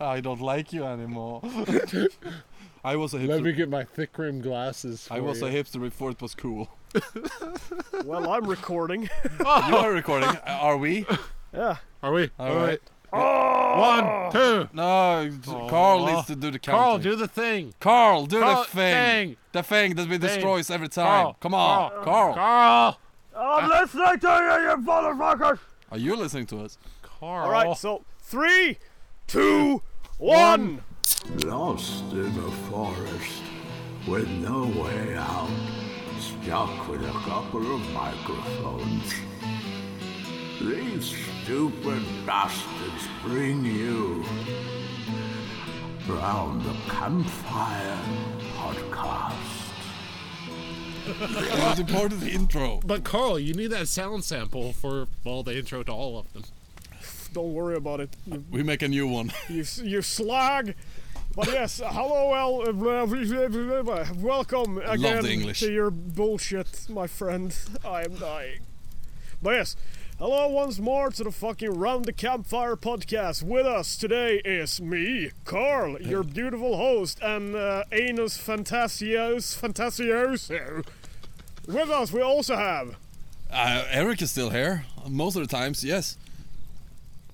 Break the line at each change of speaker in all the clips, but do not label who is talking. I don't like you anymore. I was a
Let me
hipster.
get my thick rim glasses.
I
for
was
you.
a hipster before it was cool.
Well, I'm recording.
You are recording. Uh, Are we?
Yeah.
Are we?
All
All right.
right.
One, two.
No, Carl needs to do the counting.
Carl, do the thing.
Carl, do
Carl,
the thing.
thing.
The thing that we destroys every time.
Carl,
Come on, Carl.
Carl, Carl.
I'm listening to you, you motherfuckers.
Are you listening to us?
Carl.
All right, so three, two, one.
Lost in a forest with no way out, stuck with a couple of microphones. These stupid bastards bring you round the campfire podcast.
Most important intro.
But Carl, you need that sound sample for well the intro to all of them.
Don't worry about it, you,
We make a new one.
you, you slag. But yes, hello, well, uh, welcome again
the English.
to your bullshit, my friend. I am dying. But yes, hello once more to the fucking Round the Campfire podcast. With us today is me, Carl, your beautiful host, and uh, Anus Fantasios Fantasioso. With us, we also have
Uh, Eric is still here. Most of the times, yes.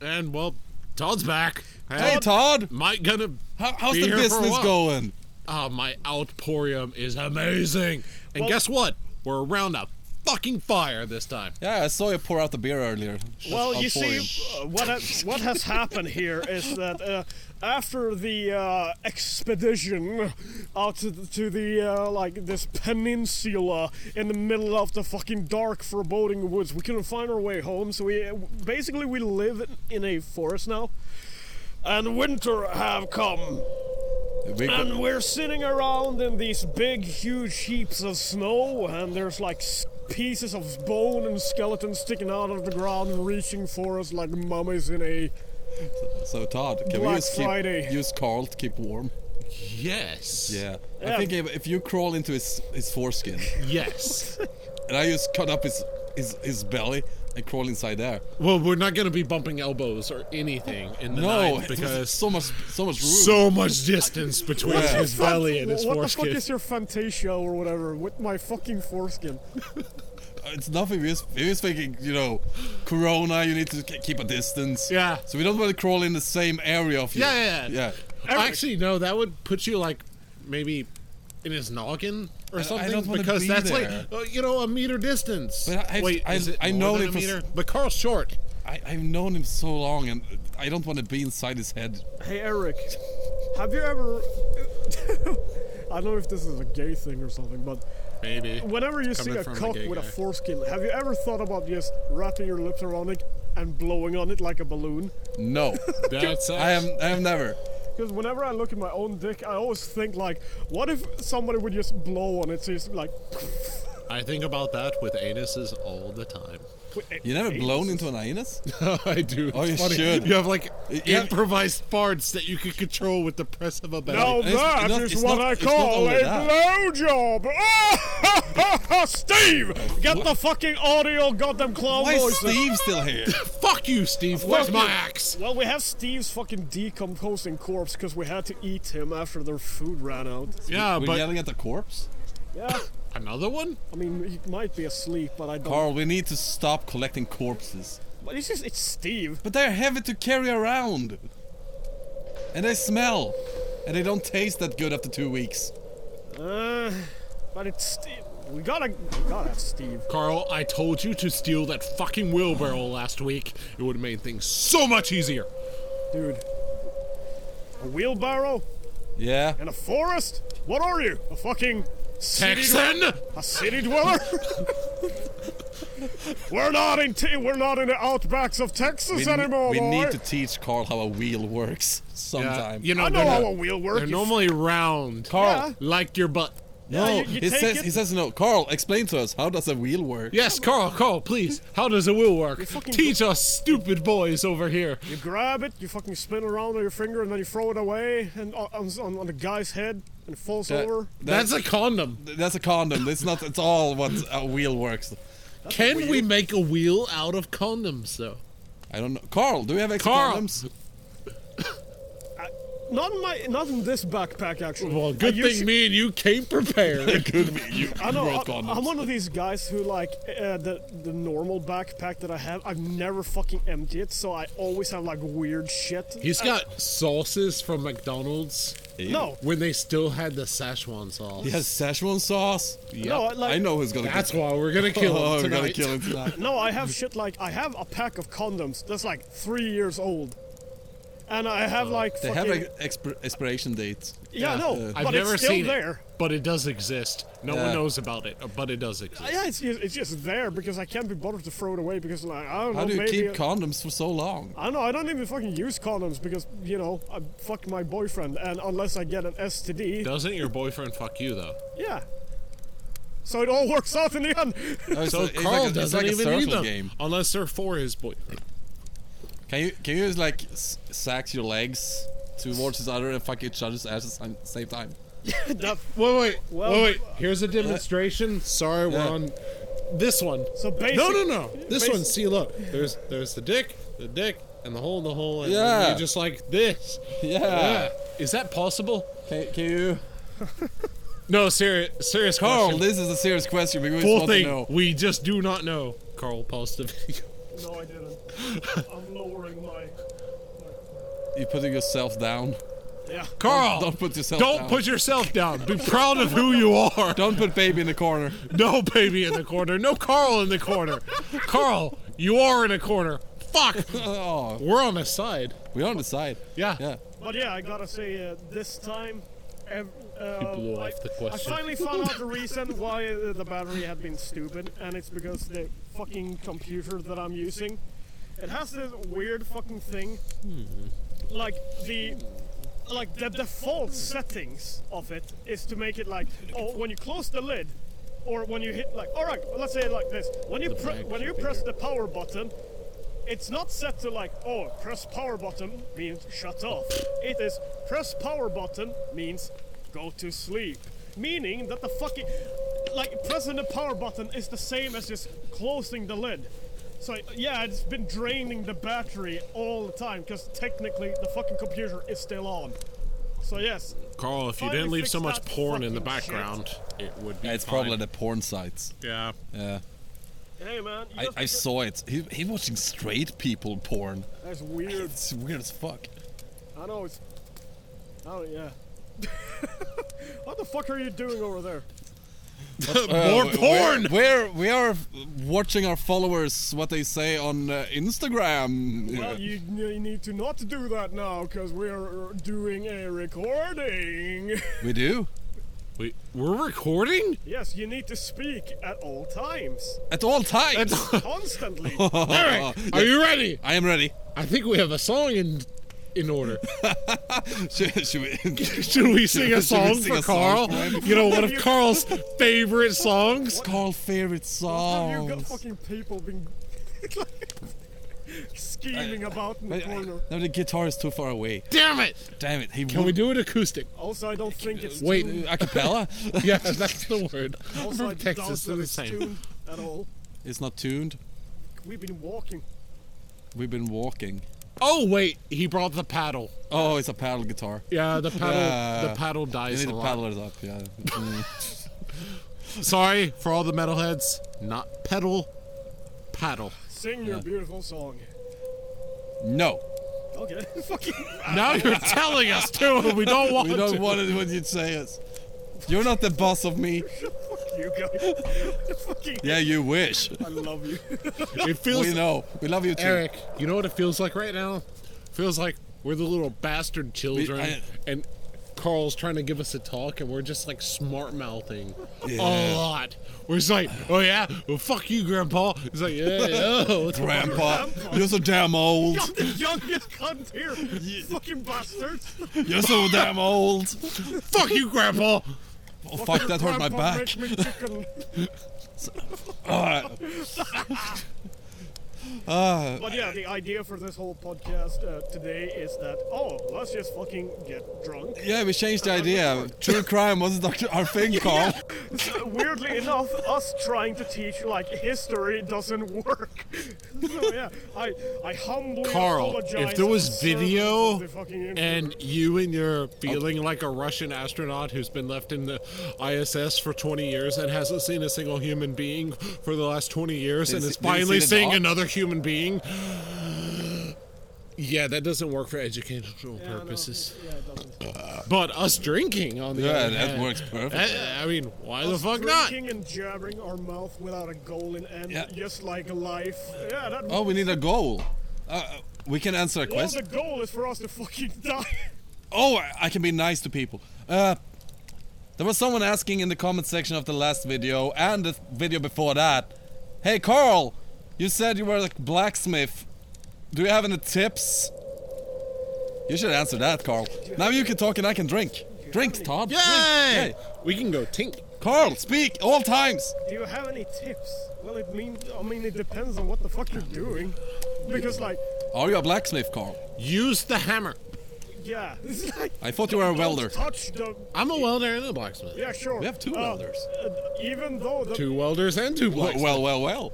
And well, Todd's back.
Hey, Todd.
Mike gonna
How, how's
Be
the
here for a
business
while.
going?
Ah, my outporium is amazing. And guess what? We're around a fucking fire this time.
Yeah, I saw you pour out the beer earlier.
Well,
I'll
you
pour
see,
you.
uh, what ha- what has happened here is that uh, after the uh, expedition out to the, to the uh, like this peninsula in the middle of the fucking dark, foreboding woods, we couldn't find our way home. So we uh, basically we live in a forest now, and winter have come.
We go-
And we're sitting around in these big, huge heaps of snow, and there's like s- pieces of bone and skeleton sticking out of the ground, reaching for us like mummies in a.
so Todd, can we
Black
just keep,
Friday.
use Carl to keep warm?
Yes.
Yeah. I
Yeah.
think if, if you crawl into his his foreskin,
Yes.
and I just cut up his his, his belly and crawl inside there.
well, we're not gonna be bumping elbows or anything in the
No,
night
it was
because
so much so much room.
so much distance between
Yeah.
his belly and his
what
foreskin.
the fuck is your fantasia or whatever with my fucking foreskin?
Uh, it's nothing. We're just, we're just thinking, you know, Corona. You need to ke- keep a distance.
Yeah.
So we don't want to crawl in the same area of you.
Yeah, yeah, yeah.
yeah.
Eric.
Actually, no, that would put you like maybe in his noggin or
I
something
don't wanna
because
be
that's
there.
like uh, you know a meter distance.
But I- I've-
Wait,
I-
is it
I
more
know
than
it
a
was-
meter? But Carl's short.
I, I've known him so long, and I don't want to be inside his head.
Hey, Eric, have you ever. I don't know if this is a gay thing or something, but
Maybe.
whenever you
Coming
see a
from a
cock
gay
with a
guy.
foreskin, have you ever thought about just wrapping your lips around it and blowing on it like a balloon?
No,
That's
I am. I have never.
Because whenever I look at my own dick, I always think like, what if somebody would just blow on it? So it's like,
I think about that with anuses all the time.
You never blown into an anus?
I do.
Oh,
It's
you should.
You have like
you have-
improvised farts that you could control with the press of a
Now
button.
It's-
that is
it's not- it's
what
not-
I
it's not
call
only
a
that.
blowjob. Oh, Steve, get the fucking audio, goddamn clown
Why is
voice.
Steve still here?
Fuck you, Steve. Where's
Fuck
my
you.
axe?
Well, we have Steve's fucking decomposing corpse because we had to eat him after their food ran out.
Yeah,
We're
but
yelling at the corpse.
Yeah,
another one.
I mean he might be asleep, but I don't.
Carl, we need to stop collecting corpses.
But it's just it's Steve.
But they're heavy to carry around, and they smell, and they don't taste that good after two weeks.
Uh, but it's Steve. We gotta, we gotta have Steve.
Carl, I told you to steal that fucking wheelbarrow last week. It would have made things so much easier.
Dude. A wheelbarrow
Yeah.
in a forest? What are you? A fucking city,
Texan!
a city dweller? we're not in t- we're not in the outbacks of Texas
We,
anymore.
we
boy.
need to teach Carl how a wheel works
Yeah,
sometime.
you know,
I know
they're,
how
not-
a wheel
they're
works.
normally round.
Carl,
Yeah.
Like your butt.
no,
Yeah, you- you
Oh, he
take
says
it-
he says no. Carl, explain to us how does a wheel work?
Yes, Carl, Carl, please. How does a wheel work?
fucking-
Teach us stupid boys over here.
You grab it, you fucking spin it around on your finger, and then you throw it away and on, on, on the guy's head and it falls
That-
over.
that-
That's a condom.
that's a condom. It's not. It's all what a wheel works.
Can we make a wheel out of condoms, though?
I don't know. Carl, do we have extra
Carl.
condoms?
Not in my, not in this backpack actually.
Well,
I
good thing
usu-
me and you came prepared.
Could be you.
I know.
brought
I, am
condoms.
one of these guys who like uh, the the normal backpack that I have. I've never fucking emptied it, so I always have like weird shit.
He's got sauces from McDonald's
no,
when they still had the Szechuan sauce.
He has Szechuan sauce. Yeah.
No, I like-
I know who's gonna.
That's
get-
why we're gonna kill him
Oh, we're
tonight.
gonna kill him tonight.
no. I have shit like I have a pack of condoms that's like three years old, and I have like
They have
fucking
an exp- expiration date.
yeah, no,
I've
but
never
it's still
seen
there.
it, but it does exist. No one
Yeah.
knows about it, but it does
Uh,
exist.
Yeah, it's, ju- it's just there because I can't be bothered to throw it away because like I don't
How
know
do you
maybe
keep condoms for so long?
I don't know I don't even fucking use condoms because you know I fuck my boyfriend and unless I get an STD
Doesn't your boyfriend fuck you though?
yeah so it all works out in the end
Oh, it's
So
a- it's
Carl
like a, it's
doesn't
like a
even need
circle
them
game.
unless they're for his boyfriend.
Can you can you just like s- sax your legs towards each other and fuck each other's asses at the same time?
That-
Wait, wait,
Well- uh,
wait, wait. Here's a demonstration. Sorry, we're
Yeah.
on this one.
So basic-
No, no, no. This
basic-
one. See, look. There's there's the dick, the dick, and the hole, in the hole, and
Yeah.
you just like this.
Yeah.
Is that possible?
Can, can you?
No, serious, serious
Carl,
question.
this is a serious question. We just
Full
want
thing.
to know.
We just do not know. Carl, pause the video.
no I didn't I'm lowering my
You putting yourself down?
yeah
Carl,
Don't put yourself.
don't
down.
put yourself down. Be proud of who you are.
Don't put baby in the corner.
No baby in the corner. No Carl in the corner. Carl, you are in a corner. Fuck.
Oh,
We're on the side.
we're on the side.
Yeah.
Yeah.
but yeah I gotta say uh, this time. ev- uh,
blew
I,
off the
I
question.
finally found out the reason why uh, the battery had been stupid, and it's because the fucking computer that I'm using It has this weird fucking thing.
Hmm.
Like the like the default settings of it is to make it like oh when you close the lid or when you hit like all right let's say it like this when you pre- when you press the power button it's not set to like oh press power button means shut off it is press power button means go to sleep meaning that the fucking like pressing the power button is the same as just closing the lid so yeah, it's been draining the battery all the time because technically the fucking computer is still on. So yes,
Carl, if you
Finally
didn't leave so
fixed
much
that
porn in the
fucking shit.
background, it would be.
It's
fine.
probably the porn sites.
Yeah.
Yeah.
hey man, you
I,
just-
I saw it. He, he watching straight people porn.
that's weird.
It's weird as fuck.
I know it's. Oh yeah. what the fuck are you doing over there?
More
Uh,
porn.
We're, we're- we are watching our followers what they say on uh, Instagram.
Well, you, you need to not do that now because we're doing a recording.
we do
Wait, we're recording?
yes, you need to speak at all times,
at all times.
constantly.
Eric, are you ready?
I am ready.
I think we have a song in in order.
Should, should we?
Should we sing
Should
a
we
song
sing
for
a song
Carl?
for him?
You know, one of Carl's favorite songs.
Carl favorite
Have you got
songs.
fucking people been scheming about in the
Wait, I-
corner?
No, the guitar is too far away.
Damn it!
Damn it. He
Can we do it acoustic?
Also, I don't think it's
Wait.
tuned.
a cappella?
Yeah, that's the word. I'm
Also, I
from
doubt
Texas,
that
they're the
it's
same.
tuned at all.
it's not tuned.
We've been walking.
We've been walking.
Oh wait, he brought the paddle.
Oh, it's a paddle guitar.
Yeah, the paddle.
Yeah.
the paddle
You
dies
need
a
to
lot.
paddle it up. Yeah.
Sorry for all the metalheads. Not pedal, paddle.
Sing your beautiful song.
no.
Okay. Fucking.
Now you're telling us to. and We don't want
We
to.
don't want it when you say it. You're not the boss of me.
Fuck you guys. fucking.
Yeah, you wish.
I love you.
It feels
We know. We love you too.
Eric. You know what it feels like right now? feels like we're the little bastard children,
I-
and Carl's trying to give us a talk, and we're just like smart mouthing a
Yeah.
lot. We're just like, oh yeah, well fuck you, Grandpa. He's like, yeah, yeah, oh, it's
Grandpa, you're so damn old.
I'm the youngest cunt here. Fucking bastards.
You're so damn old.
fuck you, Grandpa.
Oh, fuck, that hurt my
Grandpa
back.
make me chicken.
Alright.
But yeah, the idea for this whole podcast uh, today is that oh, let's just fucking get drunk.
Yeah, we changed the idea. True crime wasn't our- our thing, Carl.
Uh, Weirdly enough, us trying to teach like history doesn't work. so yeah, I I humbly
Carl,
apologize.
if there
to the
was video
servants of the fucking
and you and you're feeling like a Russian astronaut who's been left in the ISS for 20 years and hasn't seen a single human being for the last 20 years
Did
and
you
is
see- did you
finally
see the
seeing
dog?
another human being, yeah, that doesn't work for educational purposes.
yeah, it doesn't.
But us drinking, on the
Yeah,
other
that
hand-
works perfectly.
I, I mean, why the
Us
fuck not?
drinking and jabbering our mouth without a goal in end,
Yeah.
just like life. Yeah, that.
Oh, we need a goal. Uh, uh, we can answer a
well,
question.
the goal is for us to fucking die.
Oh, I- I can be nice to people. Uh, there was someone asking in the comment section of the last video and the video before that. Hey, Carl, you said you were like blacksmith. Do you have any tips? You should answer that, Carl. Now you can talk and I can drink. Drinks, Todd.
Yay!
drink.
We can go tink.
Carl, speak all times.
Do you have any tips? Well, it mean I mean it depends on what the fuck you're doing, because like
Are you a blacksmith, Carl?
Use the hammer.
yeah, it's like
I thought you were a welder.
Don't touch the
I'm a welder and a blacksmith.
yeah sure.
We have two
Uh,
welders.
uh, even though the
Two welders and two
Well,
blacksmiths.
well, well, well.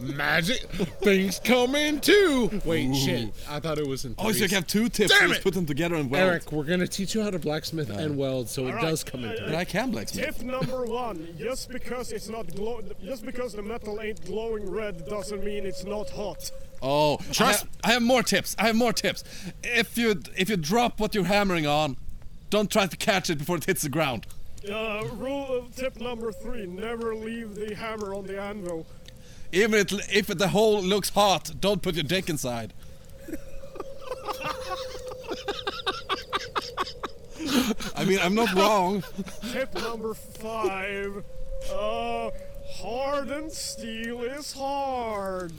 Magic things come in two. Wait, shit. I thought it was in.
Oh, so you
threes.
can have two tips.
Damn
you just
it!
put them together and weld.
Eric, we're gonna teach you how to blacksmith and weld, so it
Alright.
does come in
Uh,
But
two.
I can blacksmith.
Tip number one: Just because it's not glow, just because the metal ain't glowing red doesn't mean it's not hot.
Oh,
Trust-
I have, I have more tips. I have more tips. If you if you drop what you're hammering on, don't try to catch it before it hits the ground.
Uh, rule of tip number three: Never leave the hammer on the anvil.
Even if, if the hole looks hot, don't put your dick inside. I mean, I'm not wrong.
Tip number five: uh, Hardened steel is hard.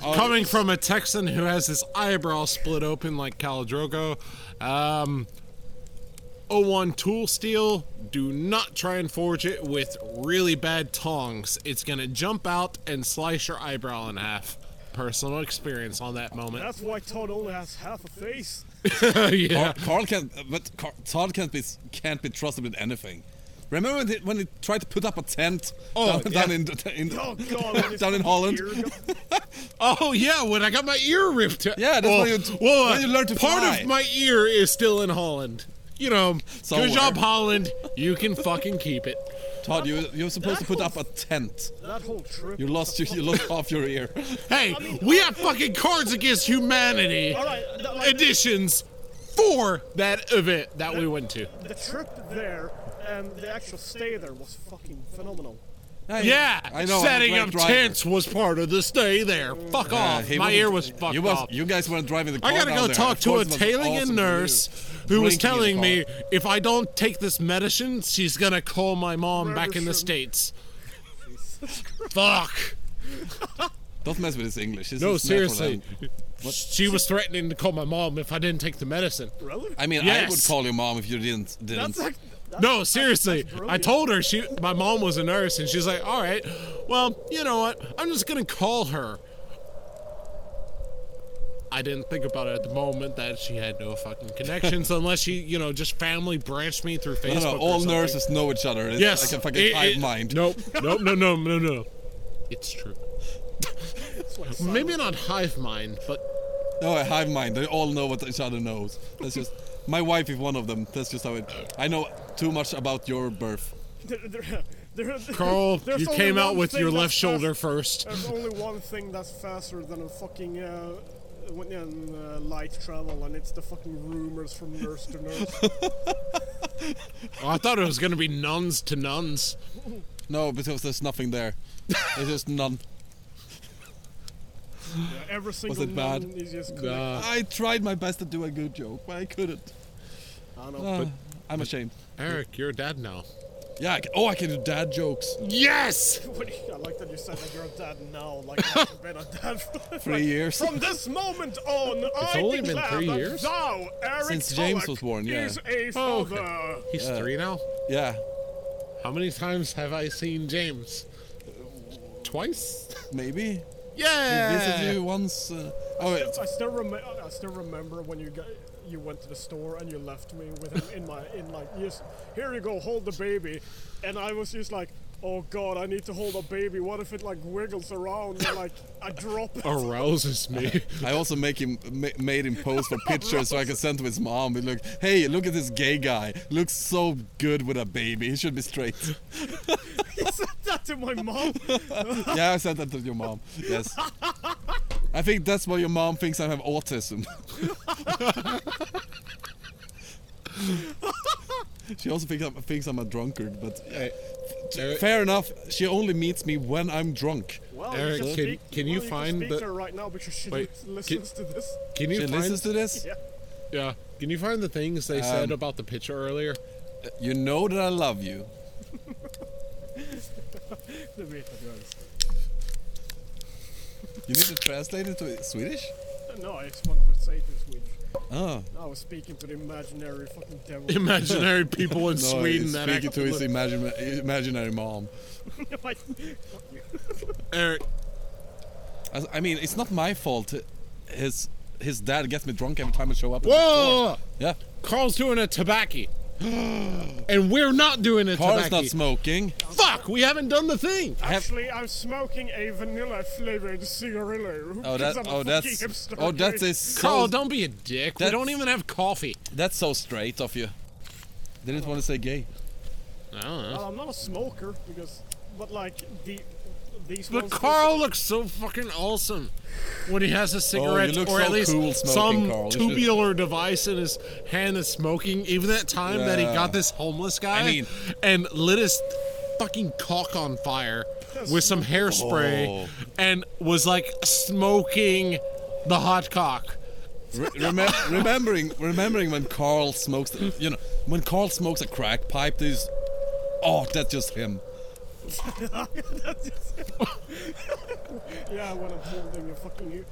Coming from a Texan who has his eyebrow split open like Caladrogo, um, 01 tool steel. Do not try and forge it with really bad tongs. It's gonna jump out and slice your eyebrow in half. Personal experience on that moment.
That's why Todd only has half a face.
yeah.
Carl can't, but Carl, Todd can't be can't be trusted with anything. Remember when he, when he tried to put up a tent
Oh,
down,
yeah.
down in, in
Oh God! when his
down in Holland?
ear got-
Oh yeah, when I got my ear ripped. out.
Yeah, that's
well,
when you-
well,
when you learn to
part
fly.
of my ear is still in Holland. You know,
Somewhere.
good job, Holland. You can fucking keep it.
Todd, you you're supposed to put up a tent.
That whole trip.
You lost your, you lost half your ear.
Hey, we have fucking Cards Against Humanity
All right, that- like-
editions for that event that we went to.
The trip there and the actual stay there was fucking phenomenal.
Yeah,
I know. I'm a
setting
great
up
driver.
tents was part of the stay there. Fuck
Yeah,
off.
he
My
wasn't-
ear was fucked
you was-
up.
You guys weren't driving the car.
I gotta
down
go
there.
talk
Of
to a
course it was
Talingan
awesome for
nurse
you.
who was
Drinking in the
telling me
car.
if I don't take this medicine, she's gonna call my mom back in the
Medicine.
states. Fuck.
Don't mess with his English. This
No,
is natural
seriously.
language.
She was threatening to call my mom if I didn't take the medicine.
Really?
I mean, I
Yes.
would call your mom if you didn't. didn't.
That's like. Oh, That's,
No, seriously.
that's
I
brilliant.
told her she my mom was a nurse and she's like, "All right. Well, you know what? I'm just going to call her." I didn't think about it at the moment that she had no fucking connections unless she, you know, just family branched me through Facebook.
no, no,
or
all
something.
nurses know each other. It's
Yes.
like a fucking
It-
hive
it-
mind.
Nope. Nope. No. No. No. No. It's true.
It's like silent.
Maybe not hive mind, but
No, a hive mind. They all know what each other knows. That's just. My wife is one of them. That's just how it. I know too much about your birth.
There, there, there,
Carl,
there's
you
only
came out
one
with
thing
your
that's
left shoulder
fast-
first.
There's only one thing that's faster than a fucking. Uh, when in uh, light travel, and it's the fucking rumors from nurse to nurse.
Oh, I thought it was gonna be nuns to nuns.
No, because there's nothing there. There's just none.
Every single
it bad?
one is just.
Uh,
I tried my best to do a good joke, but I couldn't.
I don't know.
Uh, I'm ashamed.
Eric, you're a dad now.
Yeah. I can, oh, I can do dad jokes.
Yes.
I like that you said that you're a dad now. Like I've been a dad for
Three years.
From this moment on, I
only been
declare
three
that
years?
thou, Eric
Since James
Tulloch,
was born, yeah.
is a
Oh,
father.
okay. He's
Uh,
three now.
Yeah.
How many times have I seen James? Twice.
Maybe.
Yeah.
Visited you once. Uh, oh, wait.
I still remember. I still remember when you got, you went to the store and you left me with him in my in like yes. Here you go, hold the baby, and I was just like, oh god, I need to hold a baby. What if it like wiggles around and like I drop
Oh.
it?
arouses me.
I also make him ma- made him pose for pictures so I can send to his mom. And look, hey, look at this gay guy. Looks so good with a baby. He should be straight.
I said that to my mom.
yeah, I sent that to your mom. Yes. I think that's why your mom thinks I have autism. she also thinks I'm, thinks I'm a drunkard, but
Hey, uh, Eric,
fair enough. She only meets me when I'm drunk.
Well,
Eric,
you
can-
speak,
can
well,
you
you
find
can speak
the-
to her right now because she
Wait,
li- listens to this?
can you
She
find
listens to this.
Yeah.
yeah? Can you find the things they
Um,
said about the picture earlier?
You know that I love you.
Det vet jag att jag visste.
You need to translate it to Swedish.
No, I just wanted to say it in Swedish.
Ah.
Oh.
I was speaking to the imaginary fucking devil.
Imaginary people
No,
in Sweden
he's
that
speaking
act
to his
li-
imagine, imaginary mom.
Like,
Eric.
I, I mean, it's not my fault. His his dad gets me drunk every time I show up. at the store.
Whoa!
Yeah,
Carl's doing a tobacco. and we're not doing a
Carl's
tobacco.
not smoking.
Fuck, we haven't done the thing.
Actually, I'm smoking a vanilla flavored cigarillo.
Oh,
because
that,
I'm a
oh,
fucking
that's,
hipster,
oh, that's
dude.
is so,
Carl, don't be a dick. We
That's-
don't even have coffee.
that's so straight of you. Didn't want to say gay.
I don't know.
Well, I'm not a smoker because, but like the these.
But
ones-
Carl looks so fucking awesome when he has a cigarette
look
or
Oh, so
at least
cool smoking,
some
Carl. You should-
tubular device in his hand that's smoking. Even that time that he
Yeah.
got this homeless guy
I mean-
and lit his fucking cock on fire with some hairspray
Oh.
and was like smoking the hot cock.
Re- remem- remembering, remembering when Carl smokes, you know, when Carl smokes a crack pipe, there's, oh, that's just him.
Yeah, when I'm holding a fucking,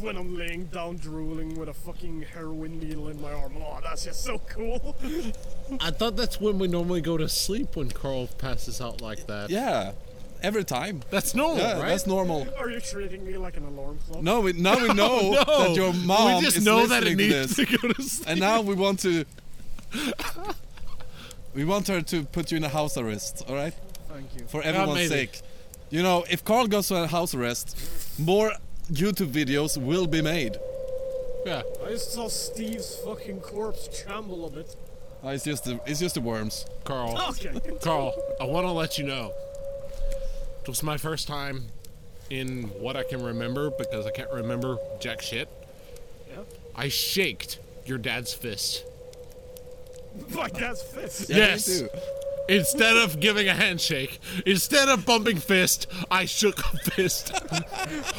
when I'm laying down drooling with a fucking heroin needle in my arm. Oh, that's just so cool.
I thought that's when we normally go to sleep when Carl passes out like that.
Yeah, every time.
That's normal,
Yeah,
right?
that's normal.
Are you treating me like an alarm clock?
No, we, now we know that your mom
Oh, we just
is
know
listening
that it
to this.
needs to go to sleep.
And now we want to. we want her to put you in a house arrest, all right?
Thank you.
For everyone's
maybe.
sake. You know, if Carl goes to a house arrest, more YouTube videos will be made.
Yeah.
I just saw Steve's fucking corpse tremble a bit.
Oh, it's just the it's just the worms.
Carl,
Okay.
Carl, I want to let you know. It was my first time in what I can remember because I can't remember jack shit.
Yeah.
I shaked your dad's fist.
My dad's fist.
Yeah, me
yes.
too.
Instead of giving a handshake, instead of bumping fist, I shook a fist.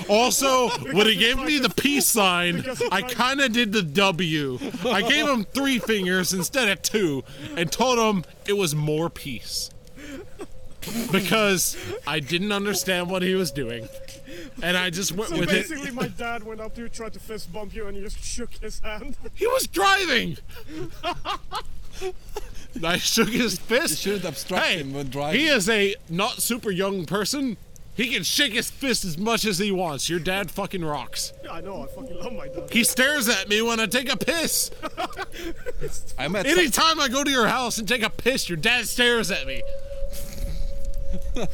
also, when he gave me the peace sign,
Because it's
I
like-
kind of did the W. I gave him three fingers instead of two and told him it was more peace. Because I didn't understand what he was doing. And I just went
So
with it.
basically, my dad went up to you, tried to fist bump you, and you just shook his hand.
He was driving. I shook his fist.
You shouldn't obstruct
hey,
him when driving.
He is a not super young person. He can shake his fist as much as he wants. Your dad fucking rocks.
Yeah, I know, I fucking love my dad.
He stares at me when I take a piss.
I met
Anytime I go to your house and take a piss, your dad stares at me.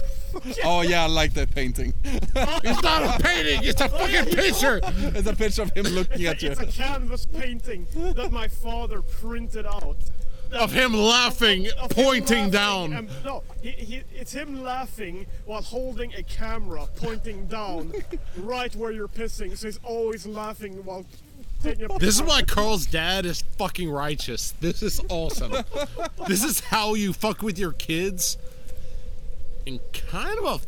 Oh yeah, I like that painting.
It's not a painting, it's a fucking picture.
it's a picture of him looking at you.
It's a canvas painting that my father printed out.
Of him laughing,
Of him
pointing
laughing
down.
and- no, he, he, it's him laughing while holding a camera pointing down right where you're pissing, so he's always laughing while taking a
This is why Carl's dad is fucking righteous. This is awesome. this is how you fuck with your kids in kind of a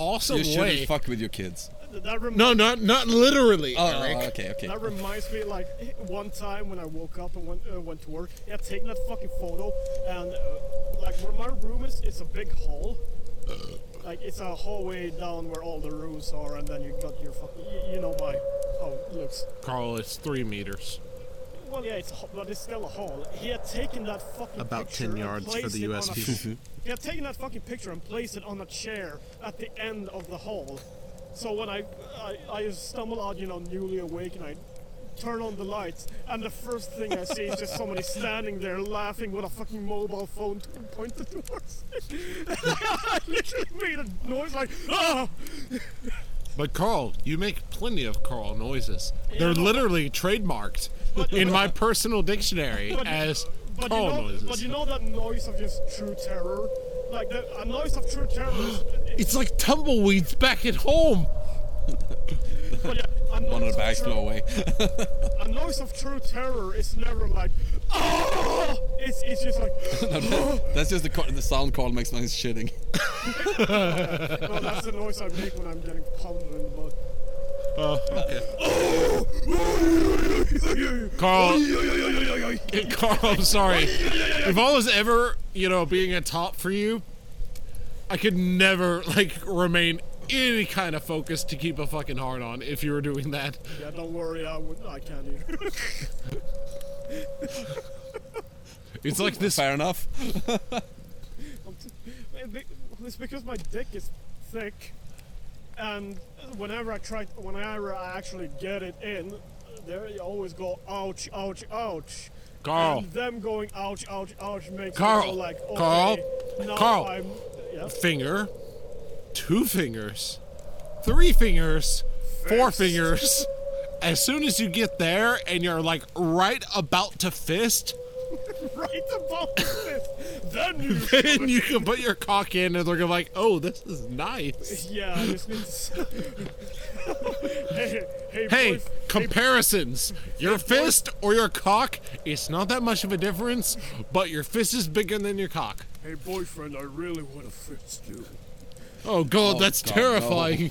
awesome
You shouldn't
way.
fuck with your kids.
That, rem-
no, not not literally,
Oh,
Eric.
okay, okay.
that reminds me, like, one time when I woke up and went, uh, went to work, yeah, taking that fucking photo, and, uh, like, where my room is, it's a big hall. Like, it's a hallway down where all the rooms are, and then you got your fucking, you, you know my, how it looks.
Carl, it's three meters.
Well, yeah, it's a ho- but it's still a hall. He had taken that fucking
About
picture
10
and
yards for
placed
the
it
US
on a-
people.
he had taken that fucking picture and placed it on a chair at the end of the hall. So when I I, I stumble out, you know, newly awake, and I turn on the lights, and the first thing I see is just somebody standing there laughing with a fucking mobile phone t- pointed towards me. I literally made a noise like, ah!
But Carl, you make plenty of Carl noises. They're literally trademarked in my personal dictionary
But you-
as
But you,
Carl
know,
noises.
but you know that noise of just true terror? Like, the a noise of true terror is.
it's like tumbleweeds back at home.
but yeah, a
One of
noise
the bags
true-
blow away.
A noise of true terror is never like, ah! It's, it's just like,
That's just the, co- the sound Carl makes when he's shitting.
no, that's the noise I make when I'm getting pounded in the butt.
Carl, Carl, I'm sorry. If I was ever, you know, being a top for you, I could never like remain any kind of focus to keep a fucking heart on if you were doing that.
Yeah, don't worry, I, would, I can't either.
It's like this.
Fair enough.
It's because my dick is thick, and whenever I try, whenever I actually get it in, there you always go ouch, ouch, ouch.
Carl.
And them going ouch, ouch, ouch makes
Carl.
me feel like okay,
Carl.
now
Carl.
I'm, yeah,
finger, two fingers, three fingers, four
Fist.
fingers. As soon as you get there and you're like right about to fist,
right above this. Then you.
then you can put your cock in and they're gonna be like, oh, this is nice.
Yeah, I just need to. s- hey, hey,
Hey,
boys,
comparisons. Your fist or your cock, it's not that much of a difference, but your fist is bigger than your cock.
hey, boyfriend, I really want to fist you
Oh god,
Oh,
that's
God, no.
terrifying.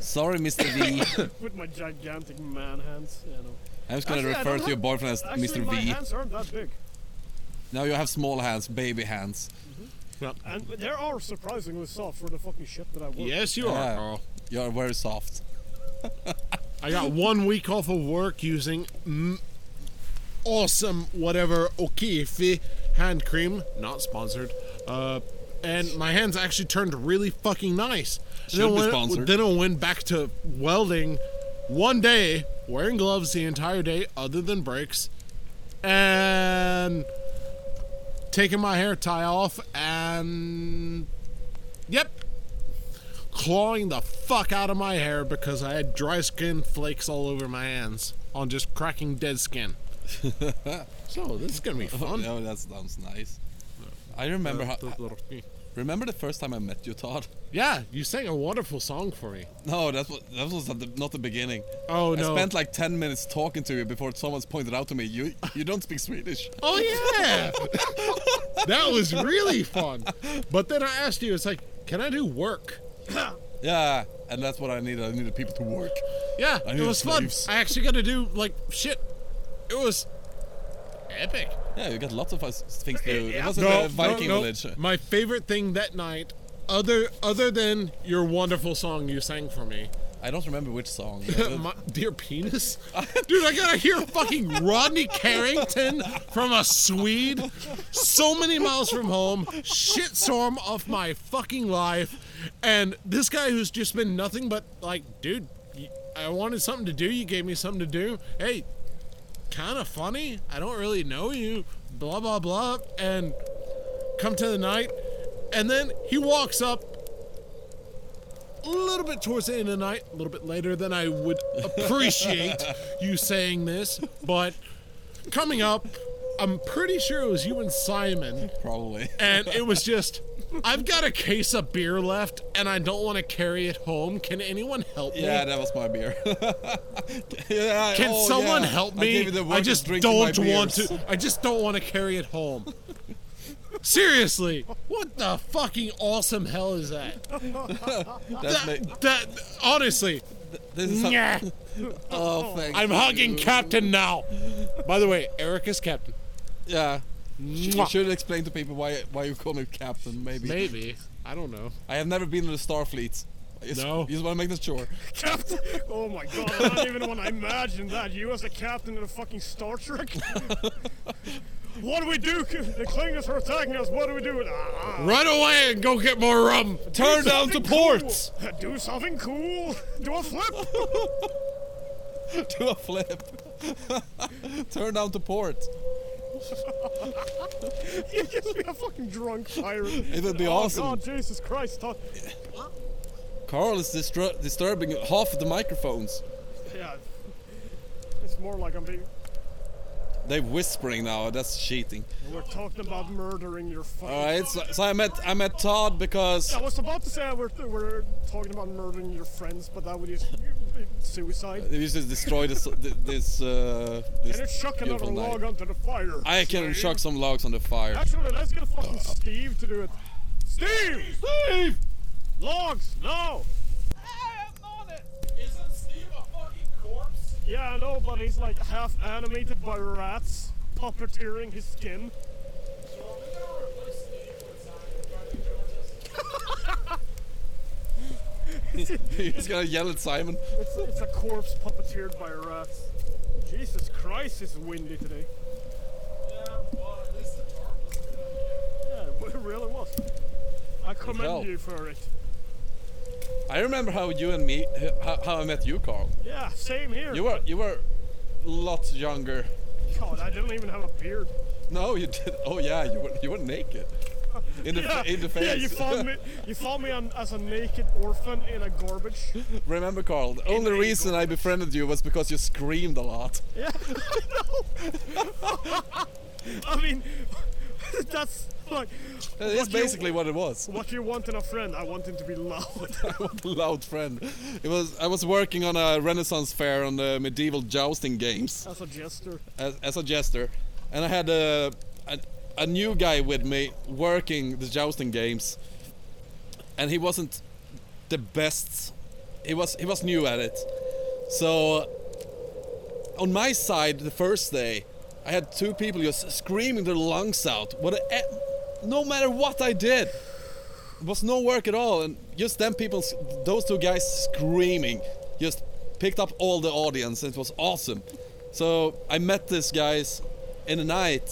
Sorry, Mr. V.
with my gigantic man hands, you know.
I was gonna
Actually, I
refer
don't
to your
have-
boyfriend as
Actually,
Mr.
my
V. E?
hands aren't that big,
Now you have small hands, baby hands.
and they are surprisingly soft for the fucking shit that I work.
Yes, you are,
Yeah.
Carl.
You're very soft.
I got one week off of work using m- awesome whatever Okifi hand cream, not sponsored. Uh, and my hands actually turned really fucking nice.
Should
then
be
when-
sponsored.
Then I went back to welding one day, wearing gloves the entire day, other than breaks, and taking my hair tie off, and yep, clawing the fuck out of my hair because I had dry skin flakes all over my hands on just cracking dead skin. so this is gonna be
Oh,
fun.
no, that sounds nice. I remember how. Remember the first time I met you, Todd?
Yeah, you sang a wonderful song for me.
No, that was that was at the, not the beginning.
Oh, no.
I spent like ten minutes talking to you before someone's pointed out to me you you don't speak Swedish.
Oh yeah, that was really fun. But then I asked you, it's like, can I do work?
Yeah, and that's what I needed. I needed people to work.
Yeah,
I
it
need
was fun.
slaves.
I actually got to do like shit. It was epic.
Yeah, you got lots of us things to do. It
Yeah.
wasn't a Viking village.
My favorite thing that night, other other than your wonderful song you sang for me,
I don't remember which song. but it-
my dear penis, dude, I gotta hear fucking Rodney Carrington from a Swede, so many miles from home, shitstorm of my fucking life, and this guy who's just been nothing but like, dude, y- I wanted something to do. You gave me something to do. Hey, kind of funny. I don't really know you. Blah blah blah. And come to the night, and then he walks up a little bit towards the end of the night, a little bit later than I would appreciate you saying this, but coming up, I'm pretty sure it was you and Simon,
probably.
and it was just, I've got a case of beer left, and I don't want to carry it home. Can anyone help me?
Yeah, that was my beer. yeah,
Can
oh,
someone
yeah.
help
I, gave
me?
you the
I
work
just
of drinking my
don't want
beers.
to. I just don't want to carry it home. Seriously, what the fucking awesome hell is that?
That's
That,
ma-
that honestly,
this is how-
nyah.
oh, thank
I'm hugging Captain now. By the way, Eric is Captain.
Yeah. You
Mwah.
should explain to people why why you call me captain. Maybe.
Maybe. I don't know.
I have never been in the Starfleet. I just-
No.
You just want to make this sure.
Captain. Oh my god, I don't even want to imagine that. You as a captain in a fucking Star Trek? what do we do? The Klingons are attacking us. What do we do? Ah,
Run away and go get more rum.
Turn down to
something
port.
cool. Do something cool. Do a flip.
Do a flip. Turn down to port.
He gives me a fucking drunk pirate.
It would be
oh,
awesome.
God, Jesus Christ. Todd.
Carl is distru- disturbing half of the microphones.
Yeah. It's more like I'm being.
They're whispering now. That's cheating.
We're talking about murdering your fucking.
All right. So, so I met I met Todd because
I was about to say we're, we're talking about murdering your friends, but that would just be suicide.
we just destroyed this this uh, this
And it's chuck another
beautiful night.
log onto the fire.
I can
Steve.
chuck some logs on the fire.
Actually, let's get a fucking Steve to do it. Steve! Steve! Logs, no!
Isn't Steve a fucking corpse?
Yeah, I know, but he's like half animated by rats, puppeteering his skin.
So are we gonna replace Steve with Simon Bradley Georges?
He's gonna yell at Simon.
It's, it's a corpse puppeteered by rats. Jesus Christ, it's windy today.
Yeah, well, at least the tarp was a good idea.
Yeah, it really was. I
hell.
commend you for it.
I remember how you and me how, how I met you, Carl.
Yeah, same here.
You were you were lots younger.
God, I didn't even have a beard.
No, you did. Oh yeah, you were you were naked. In the
Yeah,
in the face.
yeah, you found me. You found me on, as a naked orphan in a garbage.
Remember, Carl? The only
the
reason I befriended you was because you screamed a lot.
Yeah, I know. I mean, that's like
That's
what you-
basically what it was.
what you want in a friend. I want him to be loud.
What a loud friend. It was. I was working on a Renaissance fair on the medieval jousting games.
As a jester.
as, as a jester, and I had a, a a new guy with me working the jousting games, and he wasn't the best. He was he was new at it, so on my side the first day, I had two people just screaming their lungs out. What a, e, no matter what I did. It was no work at all, and just them people, s- those two guys screaming, just picked up all the audience. It was awesome. So I met these guys in the night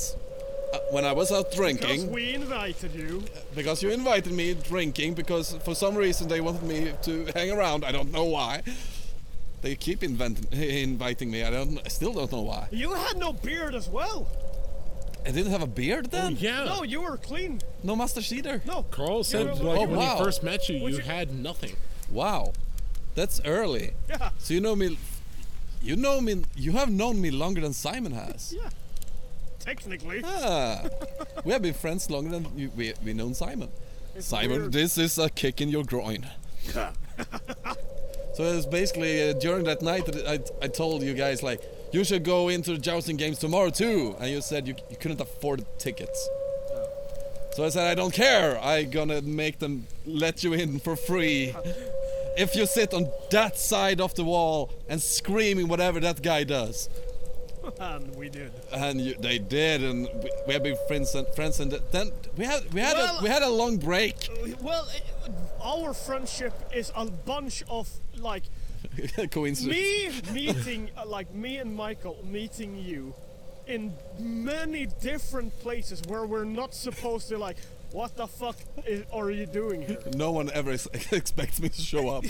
uh, when I was out
Because
drinking
we invited you.
because you invited me drinking because for some reason they wanted me to hang around. I don't know why. They keep invent- inviting me. I don't. I still don't know why.
You had no beard as well.
I didn't have a beard then.
Oh, Yeah.
No, you were clean.
No mustache either.
No.
Carl said
Yeah,
like
well,
oh,
when
wow.
he first met you,
Would
you
you-
had nothing.
Wow, that's early.
Yeah.
So you know me. You know me. You have known me longer than Simon has.
Yeah. Technically.
Ah, we have been friends longer than you, we we known Simon.
It's
Simon,
weird.
this is a kick in your groin. so it's basically uh, during that night that I, I told you guys like you should go into the jousting games tomorrow too, and you said you, you couldn't afford the tickets.
Oh.
So I said I don't care. I gonna make them let you in for free. If you sit on that side of the wall and screaming whatever that guy does,
And um, we did.
and you, they did, and we, we have been friends and friends, and then we had we had
Well-
a, we had a long break.
Well, it- our friendship is a bunch of like
Coincidence.
me meeting uh, like me and Michael meeting you in many different places where we're not supposed to like what the fuck is, are you doing here?
No one ever ex- expects me to show up.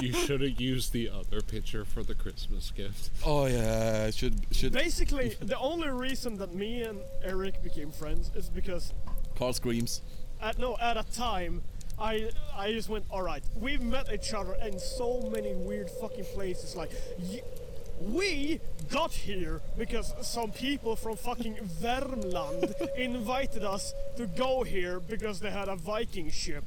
You should have used the other picture for the Christmas gift.
oh yeah, I should should
Basically, the only reason that me and Eric became friends is because
Carl screams.
at no at a time I I just went all right we've met each other in so many weird fucking places like y- we got here because some people from fucking Vermland invited us to go here because they had a Viking ship.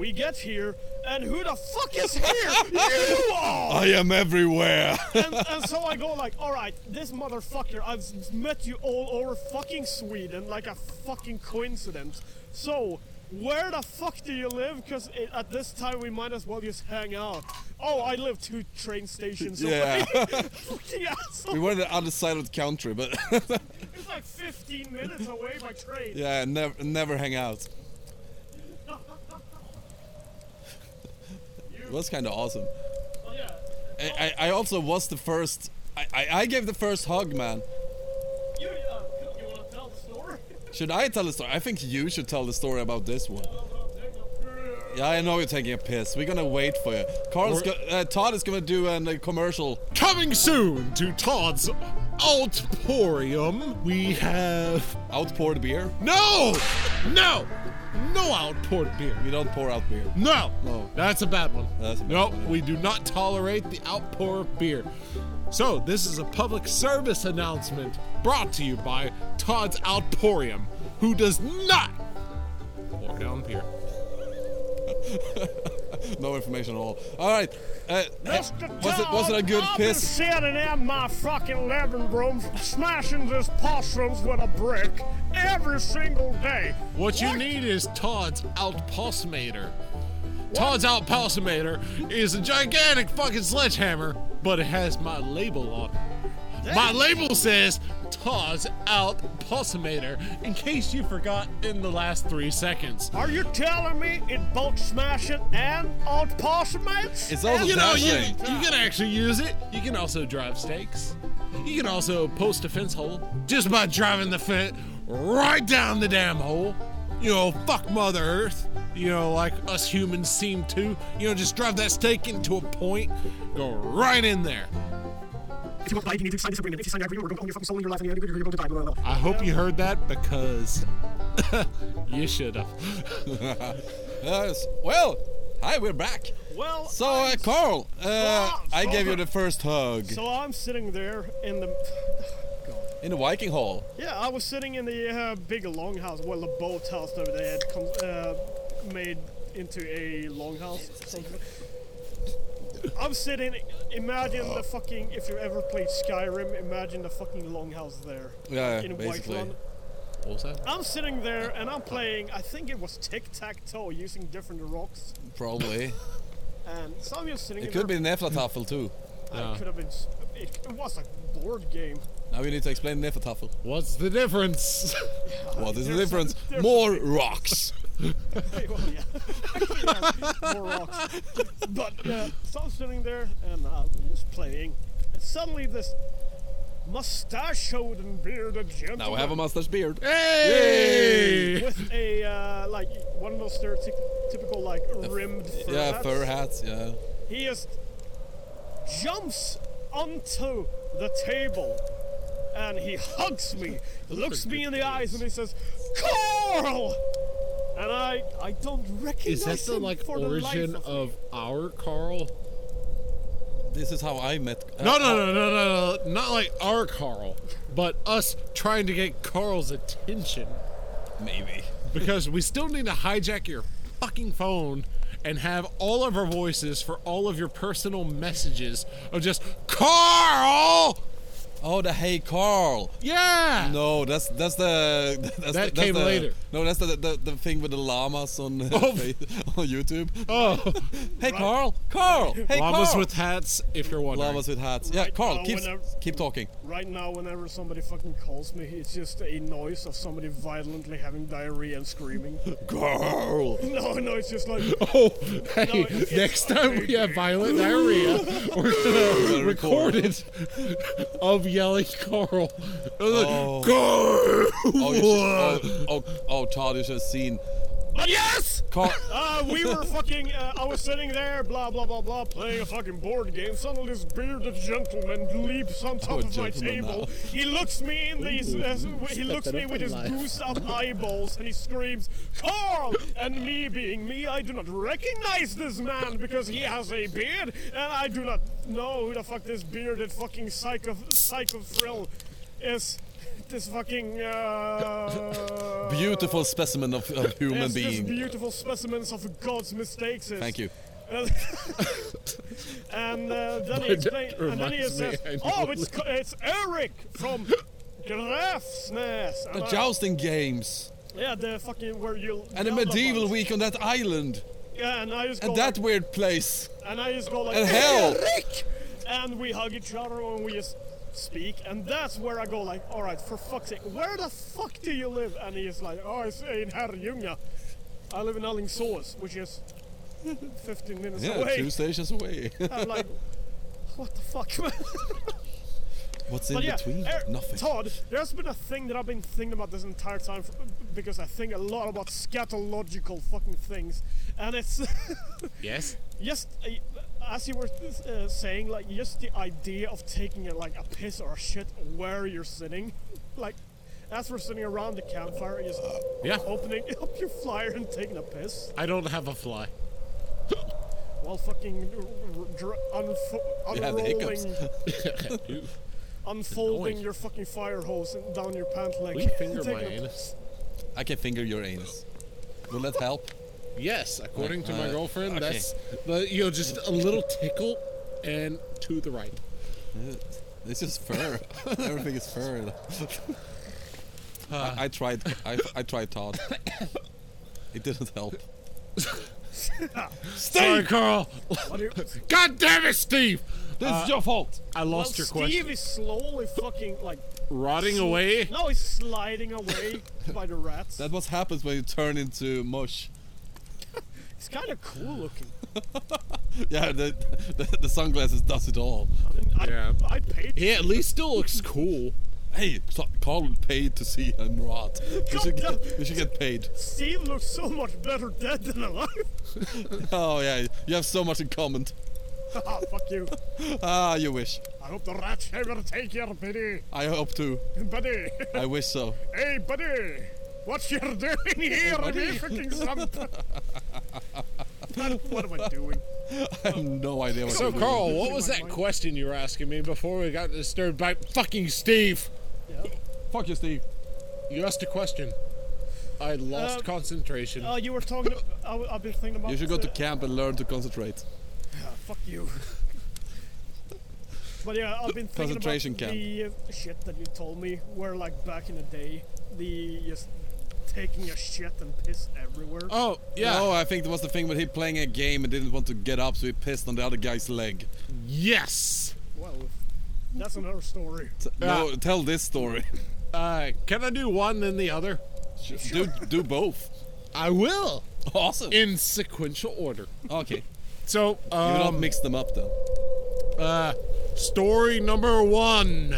We get here, and who the fuck is here? you are!
I am everywhere.
and, and so I go like, all right, this motherfucker, I've s- met you all over fucking Sweden, like a fucking coincidence. So, where the fuck do you live? Because at this time we might as well just hang out. Oh, I live two train stations
yeah,
away. fucking asshole.
we were on the other side of the country, but
It's like 15 minutes away by train.
yeah, never never hang out. It was kind of awesome.
Oh, Yeah.
I, I, I also was the first. I, I, I gave the first hug, man.
You, uh, you want to tell the story? Oh,
Should I tell the story? I think you should tell the story about this one. Yeah, I know you're taking a piss. We're gonna wait for you. Carl's go-
We're-
uh, Todd is gonna do an, a commercial.
Coming soon to Todd's Outporium, we have.
Outpoured beer?
No! No! No outpoured beer.
We don't pour out beer.
No!
No.
That's a bad one.
That's a bad
nope, we do not tolerate the outpour of beer. So, this is a public service announcement brought to you by Todd's Outporium, who does not pour down beer.
No information at all. All right. Uh, was
Mr.
it was it a good
I've
piss?
Been sitting in my fucking living room, smashing this possums with a brick every single day.
What you need is Todd's Outpulsimator. Todd's Outpulsimator is a gigantic fucking sledgehammer, but it has my label on it. My label says Todd's Outpulsimator, in case you forgot in the last three seconds.
Are you telling me it both smashing and on possumates?
It's also
You know, you, you
dazzling.
can actually use it. You can also drive stakes. You can also post a fence hole just by driving the fence right down the damn hole. You know, fuck Mother Earth. You know, like us humans seem to. You know, just drive that stake into a point, go right in there.
If you won't buy it, you need to sign this agreement. If you sign that agreement, we're going to own your fucking soul and your life, and you're you're going to die. Blah, blah, blah.
I hope you heard that because you should have.
Yes. Well, Oh, hi, we're back.
Well,
So, uh, Carl, uh,
Ah,
I
so
gave you
good.
the first hug
so I'm sitting there in the.
in the Viking Hall.
Yeah, I was sitting in the uh, big longhouse, well, the boathouse that they had com- uh, made into a longhouse. I'm sitting. Imagine the fucking. If you ever played Skyrim, imagine the fucking longhouse there.
Yeah,
in
basically.
Whiterun.
What was that?
I'm sitting there and I'm playing. I think it was tic tac toe using different rocks.
Probably.
And so I'm just sitting.
it
there.
could be Nefertafel too.
I could have been. s- It, it was a board game.
Now we need to explain Nefertafel.
What's the difference?
What is the
There's
difference?
some- there's
More rocks.
Hey, well, yeah. yeah. More rocks. But uh, so I'm sitting there and I was playing. And suddenly this mustachioed and bearded gentleman
now I have a mustache beard.
hey!
with a uh, like one of those stereotyp- typical like rimmed fur
Yeah,
hats.
fur hats. Yeah.
He just jumps onto the table and he hugs me, looks me in the eyes, and he says, "Carl!" And I, I don't recognize
Is that the
him
like
for the life
origin
of
of our Carl?
This is how I met. uh,
No, no, no, no, no, no. Not like our Carl, but us trying to get Carl's attention.
Maybe.
Because we still need to hijack your fucking phone and have all of our voices for all of your personal messages of just Carl!
Oh, the Hey Carl.
Yeah!
No, that's that's the that's the,
That
that's
came
the-
later.
No, that's the, the the thing with the llamas on uh,
Oh.
Fa- on YouTube.
Oh,
Hey Carl, Carl, hey
llamas
Carl.
with hats, if you're wondering.
llamas with hats. Yeah,
Right
Carl,
now,
keep
whenever-
keep talking.
Right now, whenever somebody fucking calls me, it's just a noise of somebody violently having diarrhea and screaming.
Carl.
no, no, it's just like
Oh, hey,
it's-
next time we have violent diarrhea, we're gonna record it of yelling Carl.
Oh. Oh, you should, oh, oh, oh, Todd, you should have seen
yes.
Carl.
Uh, we were fucking. Uh, I was sitting there, blah blah blah blah, playing a fucking board game. Suddenly, this bearded gentleman leaps on top
Oh,
of my
gentleman
table.
now.
He looks me in these. Uh, he looks
that
me
up
with
in
his
life.
goose up eyeballs, and he screams, "Carl!" And me, being me, I do not recognize this man because he has a beard, and I do not know who the fuck this bearded fucking psycho psycho frill is. This fucking uh,
Beautiful specimen of, of human
Yes, just
being.
beautiful specimens of God's mistakes. is.
Thank you.
and and, uh, then he explains,
That
and then he
reminds me,
says,
I
"Oh,
know.
it's co- it's Eric from Grafsnes."
The
And I-
jousting games
Yeah, the fucking where you
and a
yell about
medieval
it.
week on that island
Yeah, and I just go
and that weird place
like, and I just go like
and hell.
and we hug each other when we just speak, and that's where I go like, "All right, for fuck's sake, where the fuck do you live?" And he's like, "Oh, it's in Herrljunga. I live in Alingsås, which is." 15 minutes
Yeah,
away.
two stations away.
I'm like, what the fuck, man?
What's in
But yeah,
between?
er,
Nothing.
Todd, there's been a thing that I've been thinking about this entire time for, because I think a lot about scatological fucking things, and it's
Yes.
just uh, as you were uh, saying, like just the idea of taking a, like a piss or a shit where you're sitting, like as we're sitting around the campfire, just
Yeah.
opening up your flyer and taking a piss
I don't have a fly.
while fucking r- r- dr- unfo-
Yeah, the hiccups.
unrolling, unfolding
Annoying.
your fucking fire hose and down your pant leg.
Will you finger
Taking
my
a-
anus?
I can finger your anus. Will that help?
Yes, according to my
Uh,
girlfriend,
okay.
that's the, you know just a little tickle and to the right.
It's just fur. Everything is fur. I, I tried. I, I tried Todd. It didn't help.
Sorry, Carl.
What do you-
God damn it, Steve! Uh,
This is your fault.
I
Well,
lost your
Steve
question.
is slowly fucking like.
Rotting away.
No, he's sliding away by the rats.
That what happens when you turn into mush.
It's kind of cool looking.
Yeah, the, the the sunglasses does it all.
I,
Yeah.
I paid.
He at least still looks cool.
Hey, so- Carl paid to see him rot. We should get, we should get paid.
Steve looks so much better dead than alive.
Oh yeah, you have so much in common.
ah, fuck you.
Ah, you wish.
I hope the rats ever take your buddy.
I hope too.
Buddy.
I wish so.
Hey, buddy. What you doing here in the fucking sump? Man, what am I doing?
I have no idea what.
So,
to do.
Carl, what was that question you were asking me before we got disturbed by fucking Steve?
fuck you, Steve.
You asked a question. I lost
Um,
concentration.
Uh, you were talking. I, I've been thinking about.
You should go to
uh,
camp and learn to concentrate.
Fuck you. but yeah, I've been thinking
Concentration
about
camp.
the uh, shit that you told me, where like back in the day, the just taking a shit and piss everywhere.
oh, yeah.
No, I think that was the thing with him playing a game and didn't want to get up, so he pissed on the other guy's leg.
Yes.
Well, that's another story.
T- No, tell this story.
Uh, can I do one then the other?
do do both.
I will.
Awesome.
In sequential order.
Okay.
So,
You
um,
don't mix them up then.
Uh, story number one.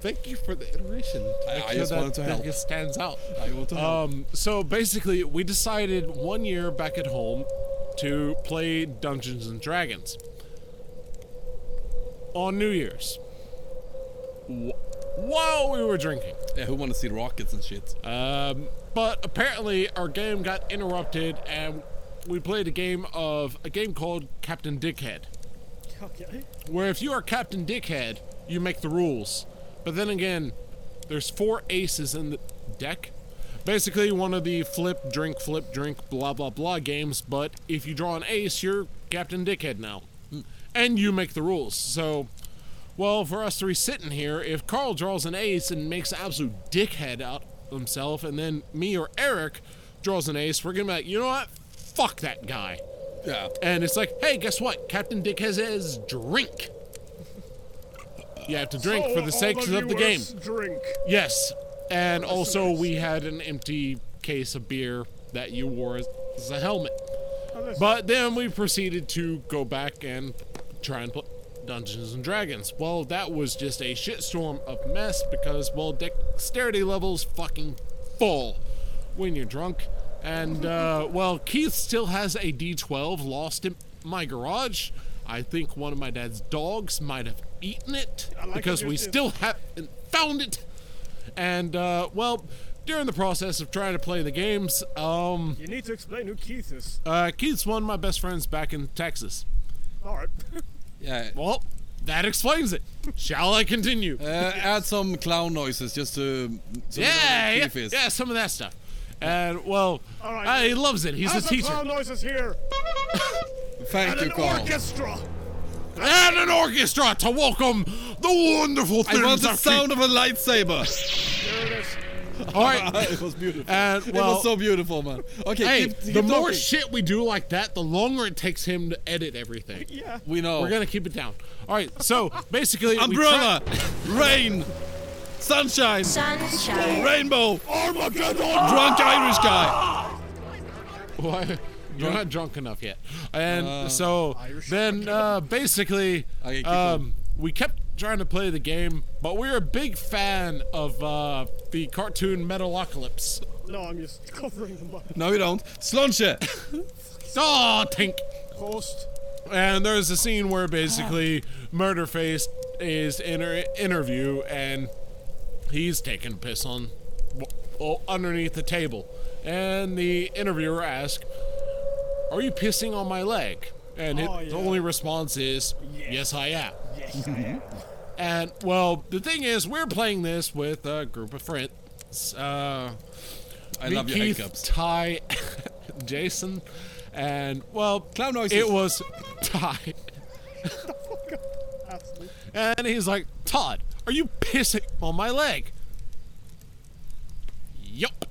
Thank you for the iteration.
I-
Make
I just
that,
wanted to
that
help.
just stands out.
I want to help.
Um, so basically, we decided one year back at home to play Dungeons and Dragons on New Year's Wh- while we were drinking.
Yeah, who want to see rockets and shit?
Um, but apparently our game got interrupted, and we played a game of a game called Captain Dickhead,
Okay.
where if you are Captain Dickhead, you make the rules. But then again, there's four aces in the deck. Basically, one of the flip, drink, flip, drink, blah, blah, blah games, but if you draw an ace, you're Captain Dickhead now. And you make the rules. So, well, for us three sitting here, if Carl draws an ace and makes an absolute dickhead out of himself, and then me or Eric draws an ace, we're gonna be like, you know what? Fuck that guy.
Yeah.
And it's like, hey, guess what? Captain Dickhead says drink. You have to drink
So,
for the
all
sake of the game.
viewers, Drink.
Yes. And also, we had an empty case of beer that you wore as, as a helmet. But then we proceeded to go back and try and play Dungeons and Dragons. Well, that was just a shitstorm of mess because, well, dexterity level's fucking full when you're drunk. And, uh, well, Keith still has a D12 lost in my garage. I think one of my dad's dogs might have eaten it
I like
because
it,
we
it's-
still haven't found it. And, uh, well, during the process of trying to play the games, um,
You need to explain who Keith is.
uh, Keith's one of my best friends back in Texas.
All right.
Yeah.
Well, that explains it. Shall I continue?
Uh, Add some clown noises just to. So we know
yeah,
where
yeah,
Keith is.
yeah, some of that stuff. And well,
All right.
uh, he loves it. He's
As
a
the
teacher.
clown noises here,
Thank
and
you,
an
Carl.
orchestra.
And an orchestra to welcome the wonderful things.
I want the
that
sound of a lightsaber.
There it is.
keep- All right.
it was beautiful.
And
it
well,
was so beautiful, man. Okay,
hey,
keep, keep
the more
talking.
shit we do like that, the longer it takes him to edit everything.
Yeah.
we know.
We're gonna keep it down. All right. So basically, we try-
Umbrella, rain, sunshine,
Sunshine.
rainbow, drunk Irish guy.
Why? You're not drunk enough yet. And so then uh, basically,
Okay, keep
um,
going.
we kept trying to play the game, but we're a big fan of uh, the cartoon Metalocalypse.
No, I'm just covering them up.
No, you don't. Slunche!
Oh, tink.
Host.
And there's a scene where basically Murderface is in an interview and he's taking a piss on well, underneath the table. And the interviewer asks, Are you pissing on my leg? And it,
Oh,
the
yeah.
only response is, Yes, I am. And well, the thing is, we're playing this with a group of friends. Uh,
I
me,
love your
Keith,
hiccups.
Ty, Jason, and well,
Clown noises.
It was Ty,
Absolutely.
and he's like, Todd, are you pissing on my leg? Yup.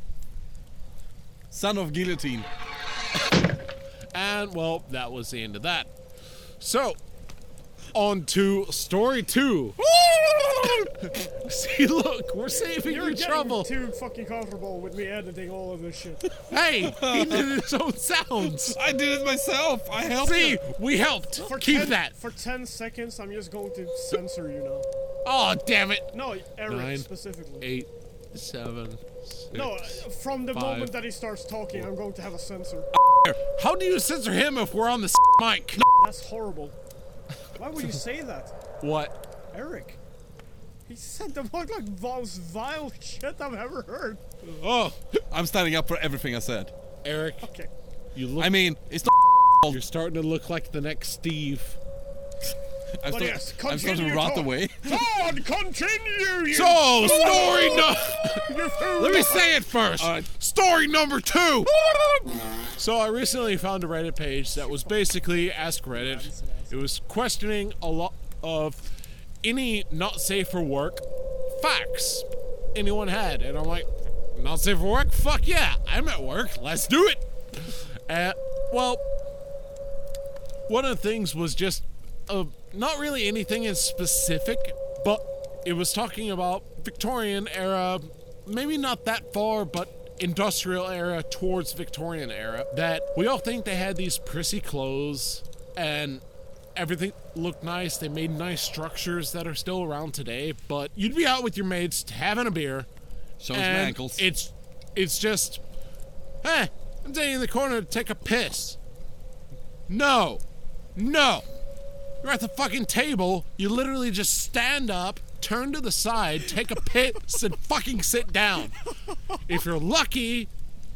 Son of guillotine.
And well, that was the end of that. So, on to story two. See, look, we're saving
You're
your
getting
trouble.
too fucking comfortable with me editing all of this shit.
hey, he did his own sounds.
I did it myself! I helped
See,
you!
we helped.
For
Keep
ten,
that.
For 10 seconds, I'm just going to censor you now.
Oh, damn it.
No, Eric
Nine,
specifically.
Eight, seven, six.
no, uh, from the
five,
moment that he starts talking, I'm going to have a censor.
How do you censor him if we're on the mic?
That's horrible. Why would you say that?
What?
Eric. He said the most like most vile shit I've ever heard.
Oh,
I'm standing up for everything I said.
Eric,
Okay.
you look.
I mean, it's
you're starting to look like the next Steve.
not. I'm,
But
still,
yes,
I'm starting
continue
to rot
talk.
away.
Todd, continue you
So, story no.
you fool.
Let me say it first.
All right.
Story number two. so I recently found a Reddit page that was basically Ask Reddit. It was questioning a lot of any not safe for work facts anyone had, and I'm like, not safe for work? Fuck yeah, I'm at work. Let's do it. Uh, well, one of the things was just uh, not really anything in specific, but it was talking about Victorian era, maybe not that far, but industrial era towards Victorian era. That we all think they had these prissy clothes and everything looked nice. They made nice structures that are still around today, but you'd be out with your mates having a beer.
Shows my
and
ankles.
It's it's just, eh, I'm sitting in the corner to take a piss. No. No. You're at the fucking table. You literally just stand up, turn to the side, take a piss, and fucking sit down. If you're lucky,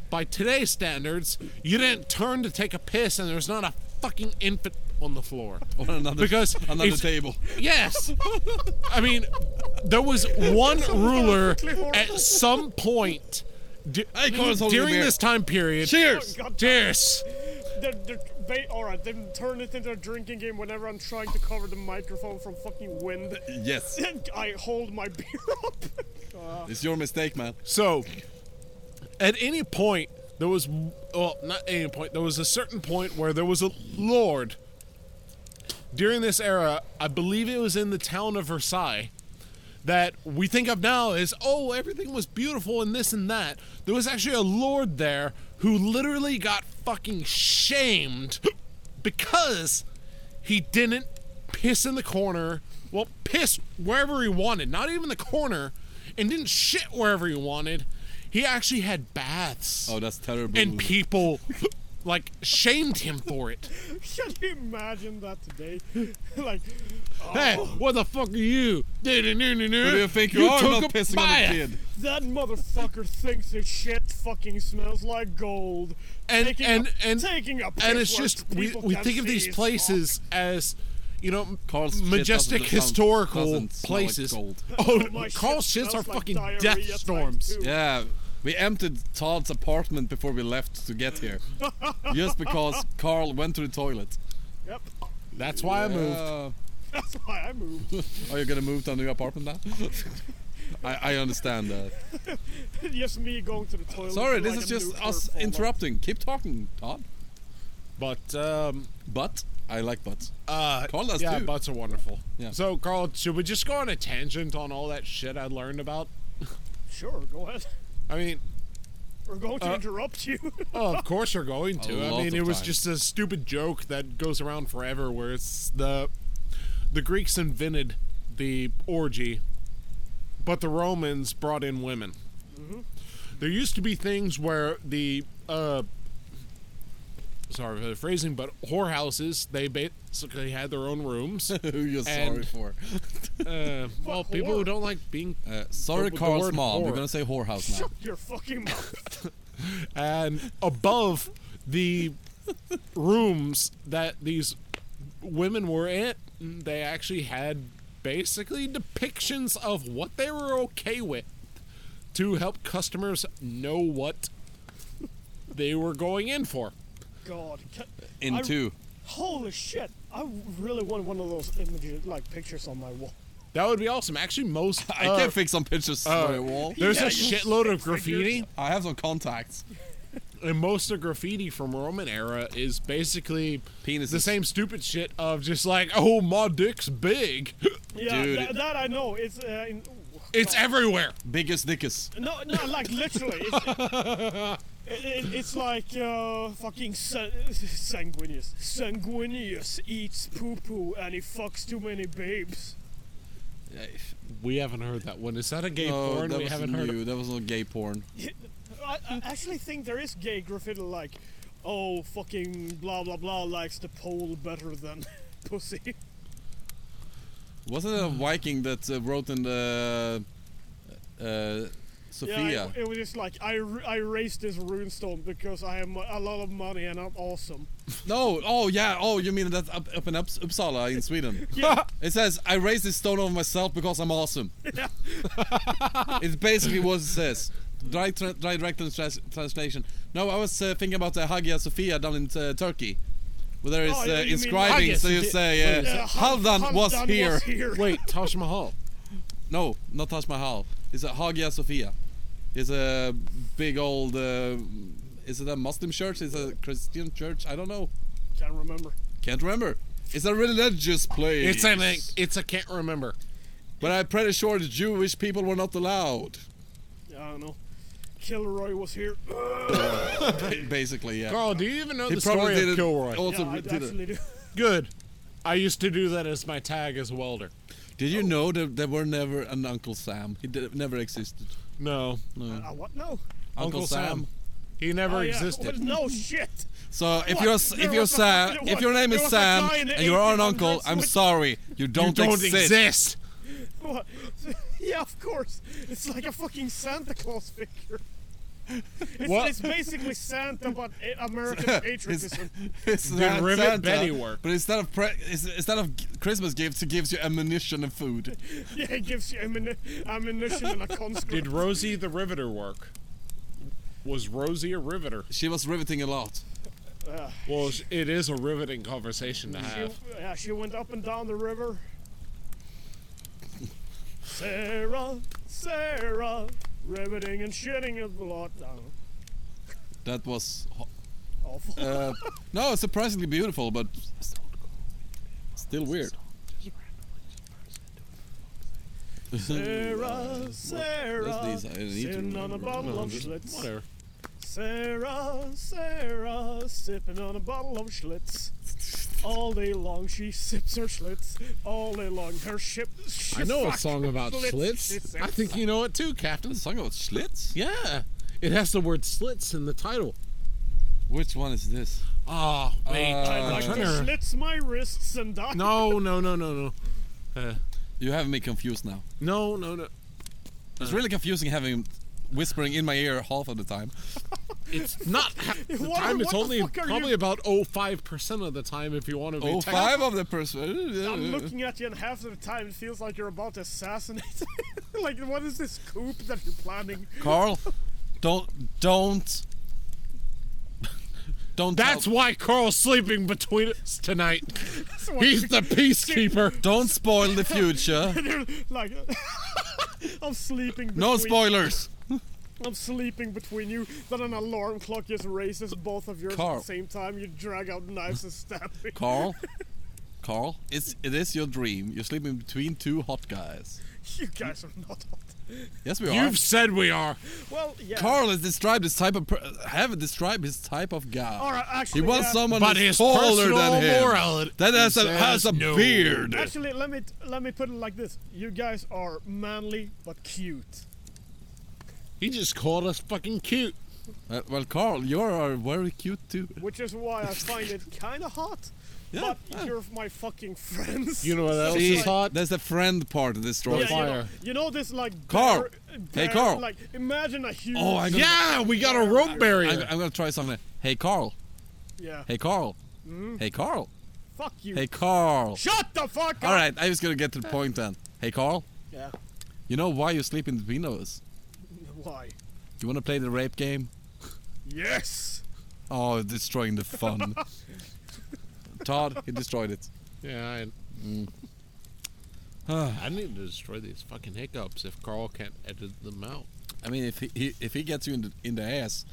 by today's standards, you didn't turn to take a piss and there's not a fucking infant on the floor.
on another,
because
another
it's-
table.
Yes. I mean, there was one ruler at some point du-
Hey, Colin's holding a
during
beer.
this time period.
Cheers.
God damn.
Cheers.
They're, they're, ba- all right, they've turned it into a drinking game whenever I'm trying to cover the microphone from fucking wind.
Yes.
I hold my beer up.
It's your mistake, man.
So, at any point, there was well, not any point. There was a certain point where there was a lord. During this era, I believe it was in the town of Versailles, that we think of now as oh everything was beautiful and this and that. There was actually a lord there who literally got fucking shamed because he didn't piss in the corner. Well, piss wherever he wanted, not even the corner, and didn't shit wherever he wanted. He actually had baths.
Oh, that's terrible.
and people like shamed him for it.
Can you imagine that today? like,
Hey,
Oh.
what the fuck are you? Who do
Who do you think you, are not pissing on a kid?
that motherfucker thinks his shit fucking smells like gold.
And-
taking
and-
a,
and-
taking a
and it's
piss where
just we,
people
we
can't
think of
see
these
is
places as you know
Carl's shit
majestic
doesn't- doesn't-
historical
doesn't smell like
places.
gold.
Oh,
My shit
Carl's shits
smells
are
like
fucking
diarrhea
death
type
storms.
two.
Yeah, we emptied Todd's apartment before we left to get here. just because Carl went to the toilet.
Yep,
That's why I moved.
Uh,
that's why I moved.
are you gonna move to a new apartment now? I, I understand that.
just me going to the toilet.
Sorry,
for
this
like
is
a
just
nuclear
us
fallout.
interrupting. Keep talking, Todd.
But um,
But I like butts.
uh,
Carl does
yeah,
too.
butts are wonderful.
Yeah.
So Carl, should we just go on a tangent on all that shit I learned about?
Sure, go ahead.
I mean,
We're going
Uh,
to interrupt you.
Oh, of course you're going
A
to. I
lot
mean, it
of
was
times.
just a stupid joke that goes around forever, where it's the the Greeks invented the orgy, but the Romans brought in women. There used to be things where the uh, sorry for the phrasing, but whorehouses they basically had their own rooms.
Who you're sorry
And-
for?
uh, well, people who don't like being
Uh, sorry,
The- the
Carl's
word
mom. We're
whore.
gonna say whorehouse now.
Your fucking mouth.
and above the rooms that these women were in, they actually had basically depictions of what they were okay with to help customers know what they were going in for.
God. Ca-
In
I-
two.
Holy shit! I really want one of those images, like pictures on my wall.
That would be awesome. Actually, most
I
uh,
can't fix some pictures on my wall.
there's
Yeah,
a
you
shitload of
stick figures.
graffiti.
I have some contacts.
and most of graffiti from Roman era is basically
Penises.
the same stupid shit of just like, oh, my dick's big.
Yeah,
Dude.
tha- that I know. It's uh, in,
it's everywhere.
Biggest dickest.
no, no, like literally. It's, it, it, it's like uh, fucking san- sanguineous. Sanguineous eats poo poo and he fucks too many babes.
We haven't heard that one. Is that a gay
No,
porn?
that
We
was
haven't heard.
new.
Of-
That was not gay porn.
I, I actually think there is gay graffiti like, oh fucking blah blah blah likes the pole better than pussy.
Wasn't it a Viking that uh, wrote in the uh, Sophia?
Yeah, it, it was just like I, r- I raised this runestone because I am a lot of money and I'm awesome.
No. Oh yeah. Oh, you mean that up, up in Ups- Uppsala in Sweden?
Yeah.
It says, "I raised this stone over myself because I'm awesome." it's basically what it says. Direct, tra- direct trans- translation. No, I was uh, thinking about the Hagia Sophia down in uh, Turkey, where there is
Oh, yeah,
uh,
you mean-
inscribing.
Hagia
So you
Sophia-
say,
Uh,
uh,
Hal-
"Haldan was
Halfdan
here."
Wait, Taj Mahal.
No, not Taj Mahal. It's a Hagia Sophia. It's a big old. Uh, is it a Muslim church? Is it a Christian church? I don't know.
Can't remember.
Can't remember. It's a religious place.
It's an. uh,
e-
It's a can't remember.
But I'm pretty sure the Jewish people were not allowed.
I don't know. Kilroy was here.
Basically, yeah.
Carl, do you even know
He
the
probably
story
did
of
it
Kilroy?
Also
yeah, I
did, it.
actually do.
Good. I used to do that as my tag as a welder.
Did you know that there were never an Uncle Sam? He did, never existed.
No,
Uh, what? No.
Uncle, Sam.
He never
Oh, yeah.
existed.
Well, no shit.
So if
What?
you're s-
There
if you're
was a-
Sam,
there
if
was-
your name
there
is
was a
Sam
guy in the
and you are an uncle,
1800s
I'm
with-
sorry, you don't,
You don't exist.
What? yeah, of course. It's like a fucking Santa Claus figure. It's,
What?
it's basically Santa, but a- American patriotism.
It's
Did
not
Rivet
Santa,
Betty work?
But instead of pre- is- instead of g- Christmas gifts, he gives you ammunition and food.
Yeah, it gives you ammuni- ammunition and a conscript.
Did Rosie the Riveter work? Was Rosie a riveter?
She was riveting a lot.
Well, sh- it is a riveting conversation to
She,
have.
yeah, she went up and down the river. Sarah, Sarah, riveting and shitting a lot. down.
That was ho-
Awful.
uh, no surprisingly beautiful, but still weird.
Sarah, Sarah,
these? I need to
sitting on a
remember.
bottle of
just
Schlitz.
whatever.
Sarah, Sarah, sipping on a bottle of Schlitz. All day long she sips her Schlitz. All day long her ship. ship
I know a
fuck,
song about
she
slits.
sips.
I think you know it too, Captain.
Song about Schlitz?
Yeah, it has the word slits in the title.
Which one is this?
Oh wait,
I like to Schlitz my wrists and die.
No, no, no, no, no,
You have me confused now.
no, no, no.
It's
Uh.
really confusing having him whispering in my ear half of the time.
It's not half the
What-
time. It's
what the
only
fuck are you-
probably about 05 percent of the time if you want to be.
Oh,
technical.
five of the person.
I'm looking at you, and half of the time it feels like you're about to assassinate. me. like, what is this coup that you're planning?
Carl, don't, don't, don't.
That's
tell-
why Carl's sleeping between us tonight. He's the peacekeeper.
don't spoil the future.
They're like, I'm sleeping. Between,
No spoilers.
I'm sleeping between you. Then an alarm clock just raises both of yours
Carl.
at the same time. You drag out knives and stab me.
Carl, Carl, it's it is your dream. You're sleeping between two hot guys.
You guys are not hot.
Yes, we are.
You've said we are.
Well, yeah.
Carl has described his type of per- have described his type of guy.
All right, actually,
he wants
yeah.
someone
But
who's
his
taller than
personal
him.
morality
that has a
says
has a
no.
beard.
Actually, let me let me put it like this: You guys are manly but cute.
He just called us fucking cute.
Uh, well, Carl, you are very cute too.
Which is why I find it kind of hot.
Yeah,
but
yeah.
you're my fucking friends.
You know what else
See,
is hot?
There's the friend part of this
Yeah,
story.
you, know,
fire.
you know this like
Carl.
bear-
Hey,
bear-
Carl.
Like imagine a huge.
Oh, I got-
Yeah, we got a rope
I'm,
barrier.
I'm gonna try something. Hey, Carl.
yeah.
Hey, Carl. Hey, Carl.
Fuck you.
Hey, Carl.
Shut the fuck up.
All right, I was gonna get to the point then. Hey, Carl.
Yeah.
You know why you're sleeping between us?
Why?
You wanna play the rape game?
Yes.
Oh, destroying the fun. Todd, he destroyed it.
Yeah, I, mm. I need to destroy these fucking hiccups if Carl can't edit them out.
I mean, if he, he if he gets you in the in the ass,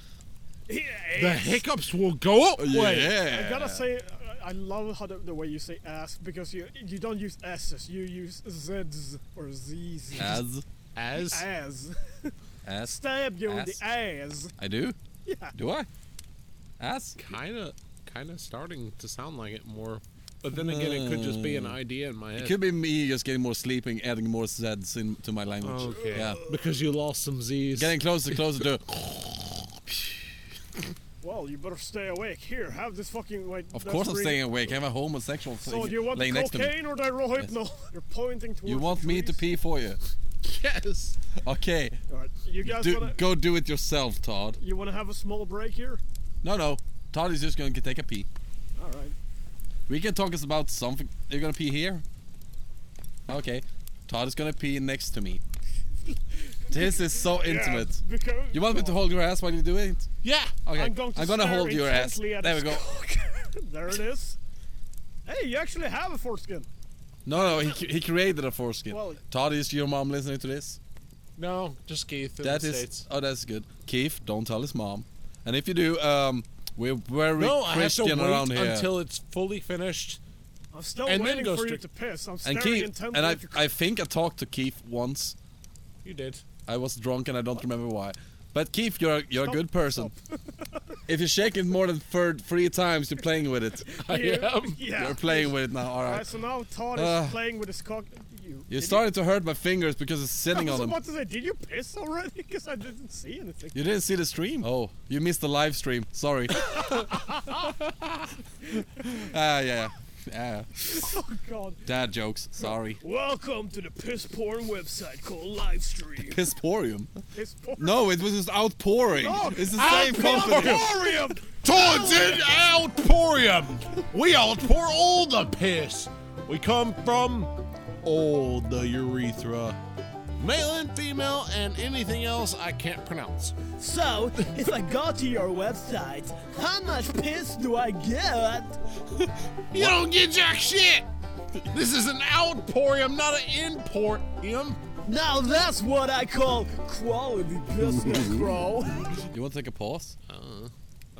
The hiccups will go up.
I gotta say, uh, I- I love how the, the way you say ass because you you don't use s's, you use z's or z's.
as
As
Ass.
ass.
Stab you in
Ass?
the ass.
I do.
Yeah.
Do I? Ass.
kind of, kind of starting to sound like it more. But then again, it could just be an idea in my head.
Hmm. It could be me just getting more sleeping, adding more zeds into my language.
Okay.
Yeah.
Because you lost some Z's.
Getting closer, closer to.
Well, you better stay awake. Here, have this fucking wait.
Of
that's
course, I'm
green.
staying awake. I have a homosexual
So do you want the
laying next to me.
cocaine or the rohypnol? You're pointing towards.
You want
the
me to
trees.
pee for you?
yes.
Okay.
All right, you guys
Do,
wanna
go do it yourself, Todd.
you wanna have a small break here?
No, no. Todd is just gonna take a pee.
All right.
We can talk us about something. You're gonna pee here? Okay. Todd is gonna pee next to me. this is so intimate.
Yeah, because
You want me to hold your ass while you do it?
Yeah.
Okay.
I'm going to stare
hold your ass.
intently at
There we
his
go.
cock. there it is. Hey, you actually have a foreskin.
No, no, he, he created a foreskin.
Well-
Todd, is your mom listening to this?
No, just Keith. In
That
the
is.
States.
Oh, that's good. Keith, don't tell his mom. And if you do, um, we're very
No, I have to
Christian
wait
around here.
until it's fully finished.
I'm still
And then
waiting
goes
for
to-
you to piss. I'm staring
and Keith,
intently
and I,
at your
I think I talked to Keith once.
You did.
I was drunk and I don't remember why. But Keith, you're a- you're a good person. if you shake it more than third, three times, you're playing with it.
I
Yeah.
am.
Yeah.
You're playing with it now. All
Alright,
right.
so now Todd is
Uh,
playing with his cock. You,
You're
did
starting to hurt my fingers because it's
You, I
sitting on
was
them.
about to say, did you piss already? Because I didn't see anything.
You didn't see the stream? Oh, you missed the live stream. Sorry. Ah, yeah. Yeah.
Oh god.
Dad jokes. Sorry.
Welcome to the piss porn website called Livestream.
Pisporium.
piss porn.
No, it was just outpouring. it's the same company.
Outporium!
Towards an outporium. We outpour all the piss. We come from all the urethra. Male and female, and anything else I can't pronounce.
So, if I go to your website, how much piss do I get?
You don't get jack shit. This is an outporium, not an inporium.
Now that's what I call quality business, bro.
You want to take a pause?
Uh,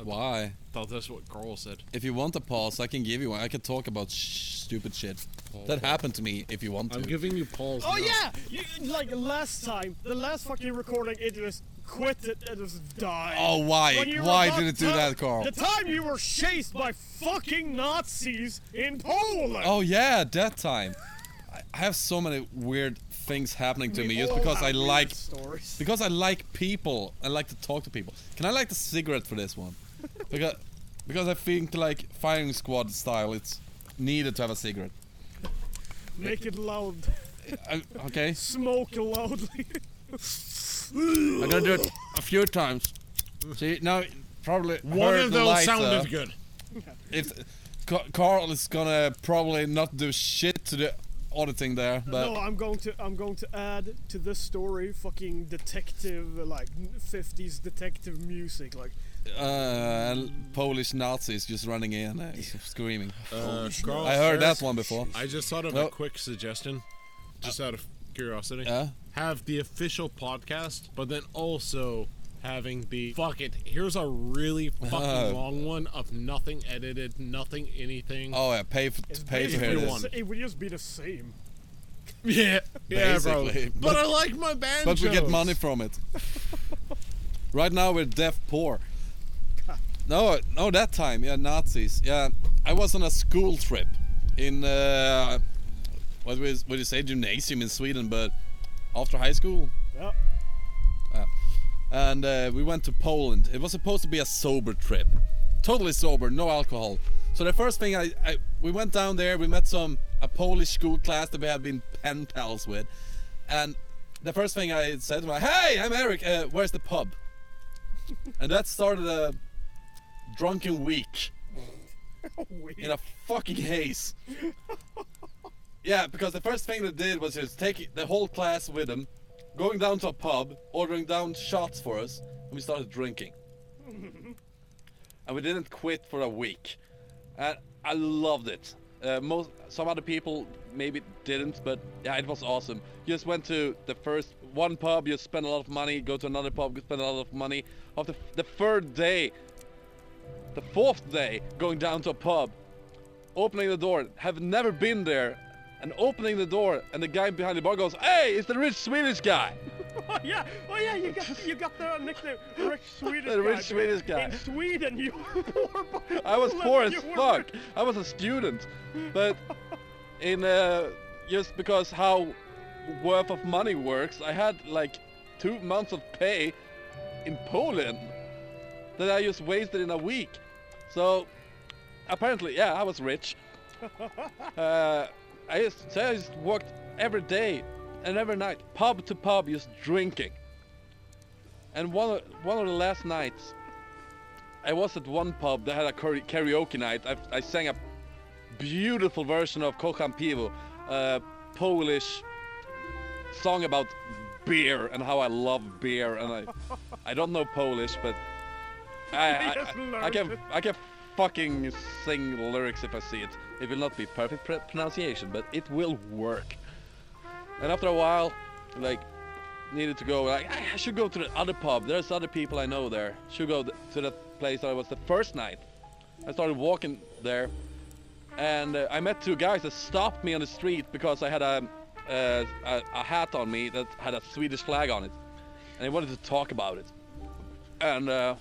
Why?
Thought that's what Carl said.
If you want a pause, I can give you one. I can talk about sh- stupid shit. That happened to me if you want to.
I'm giving you pause.
Oh
now.
yeah, you, like last time, the last fucking recording, it just quit it and just died.
Oh, why?
When you were
Why
about
did it do
to-
that, Carl?
The time you were chased by fucking Nazis in Poland.
oh, yeah, that time. I- I have so many weird things happening to
We
me just
all
because
have
I
weird
like
stories.
because I like people. I like to talk to people. Can I light the cigarette for this one? Because because I think like firing squad style, it's needed to have a cigarette.
Make it loud,
I, okay,
smoke loudly.
I'm gonna do it a few times. See now, probably
One
hurt
of those
lighter.
sounded good.
If Ca- Carl is gonna probably not do shit to the auditing there, but
no, I'm going to I'm going to add to this story fucking detective like 50s detective music like
uh, Polish Nazis just running in, uh, screaming.
Uh, Carl,
I heard
Ferris,
that one before.
I just thought of
No.
a quick suggestion, just out of curiosity.
Yeah?
Have the official podcast, but then also having the fuck it. Here's a really fucking
Uh.
long one of nothing edited, nothing anything.
Oh yeah, pay for pay to
basically
hear
the
this.
one.
sa- It would just be the same.
yeah, yeah, bro.
Basically.
But, I like my band.
But we get money from it. right now we're deaf poor. No, no, that time, yeah, Nazis. Yeah, I was on a school trip in uh, what was what do you say, gymnasium in Sweden, but after high school,
Yeah.
Uh, and uh, we went to Poland. It was supposed to be a sober trip, totally sober, no alcohol. So the first thing I, I we went down there, we met some a Polish school class that we had been pen pals with, and the first thing I said was, "Hey, I'm Eric. Uh, where's the pub?" and that started a drunken week in a fucking haze. yeah, because the first thing they did was just take the whole class with them, going down to a pub, ordering down shots for us, and we started drinking. and we didn't quit for a week. And I loved it. Uh, most some other people maybe didn't, but yeah, it was awesome. You just went to the first one pub, you spend a lot of money, go to another pub, you spend a lot of money. After the third day, the fourth day going down to a pub, opening the door, have never been there, and opening the door, and the guy behind the bar goes, "Hey, it's the rich Swedish guy."
Oh yeah, oh yeah, you got you got the nickname Rich Swedish
The rich
guy.
Swedish guy.
In Sweden, you were poor. but-
I was poor as
you were
fuck.
rich.
I was a student, but in uh, just because how worth of money works, I had like two months of pay in Poland that I just wasted in a week. So apparently, yeah, I was rich. uh, I just so I just worked every day and every night, pub to pub, just drinking. And one of, one of the last nights, I was at one pub that had a kara- karaoke night. I, I sang a beautiful version of Kochan Piwo, a Polish song about beer and how I love beer. And I, I don't know Polish, but I, I,
Just
I, I
learned
can
it.
I can fucking sing lyrics if I see it. It will not be perfect pr- pronunciation, but it will work. And after a while, like needed to go. Like I should go to the other pub. There's other people I know there. Should go th- to that place that I was the first night. I started walking there, and uh, I met two guys that stopped me on the street because I had a, uh, a a hat on me that had a Swedish flag on it, and they wanted to talk about it. And uh,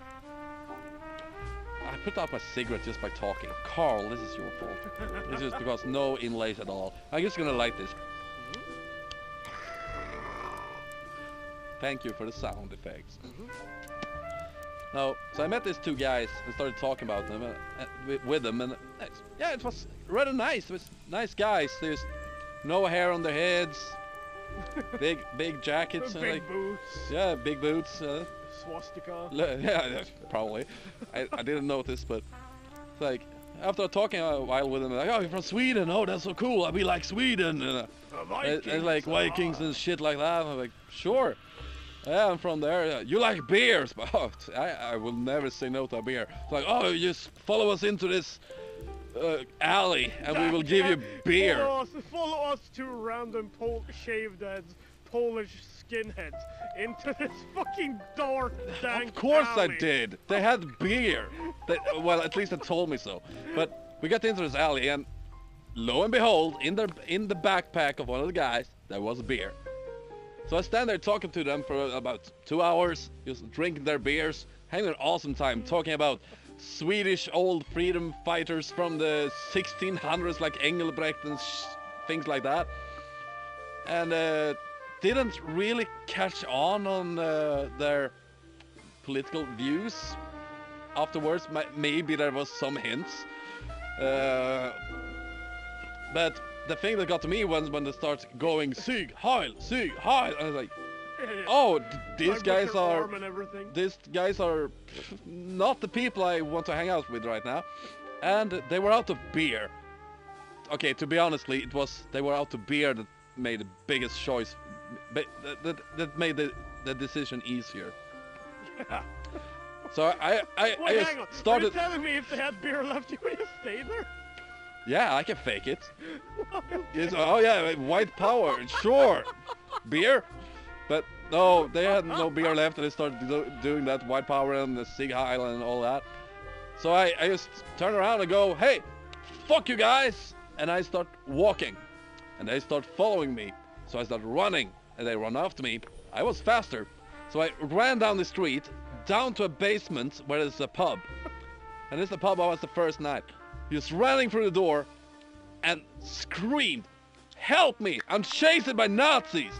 I put out my cigarette just by talking. Carl, this is your fault. this is because no inlays at all. I'm just gonna light this. Thank you for the sound effects.
Mm-hmm.
No, so I met these two guys and started talking about them uh, uh, wi- with them, and it's- yeah, it was rather nice. It was nice guys. There's no hair on their heads, big big jackets, and
Big
like,
boots,
yeah, big boots. Uh,
swastika.
Le- yeah, yeah, probably. I, I didn't notice, but it's like after talking a while with him, like, oh, you're from Sweden. Oh, that's so cool. I be like Sweden and, uh, and, and like Vikings Ah. and shit like that. I'm like, sure. Yeah, I'm from there. Yeah, You like beers, but oh, t- I, I will never say no to a beer. It's like, oh, you just follow us into this uh, alley and we will give you beer.
Follow us, follow us two random Pol- shaved heads, Polish skinheads, into this fucking dark, dank
Of course
alley.
I did. They had beer. They, well, at least they told me so. But we got into this alley, and lo and behold, in the in the backpack of one of the guys, there was beer. So I stand there talking to them for about two hours, just drinking their beers, having an awesome time, talking about Swedish old freedom fighters from the 1600s, like Engelbrecht and sh- things like that and uh, didn't really catch on on uh, their political views. Afterwards, ma- maybe there was some hints, uh, but the thing that got to me was when they start going "Sig Heil, Sig Heil," and I was like, "Oh, th- these
Like with
guys
your
are."
arm and everything.
these guys are not the people I want to hang out with right now. And they were out of beer. Okay, to be honestly, it was they were out of beer that made the biggest choice, but that, that, that made the, the decision easier. So I I, I
Wait,
just
hang on. Are you
started.
telling me if they had beer left, you would have stayed there?
Yeah, I can fake it. Yes, oh yeah, white power, sure. Beer, but No, they had no beer left, and they started do- doing that white power and the Sig Heil and all that. So I, I just turn around and go, hey, fuck you guys! And I start walking. And they start following me. So I start running, and they run after me. I was faster. So I ran down the street, down to a basement where there's a pub. And it's the pub I was the first night. Just running through the door and screamed, Help me! I'm chased by Nazis!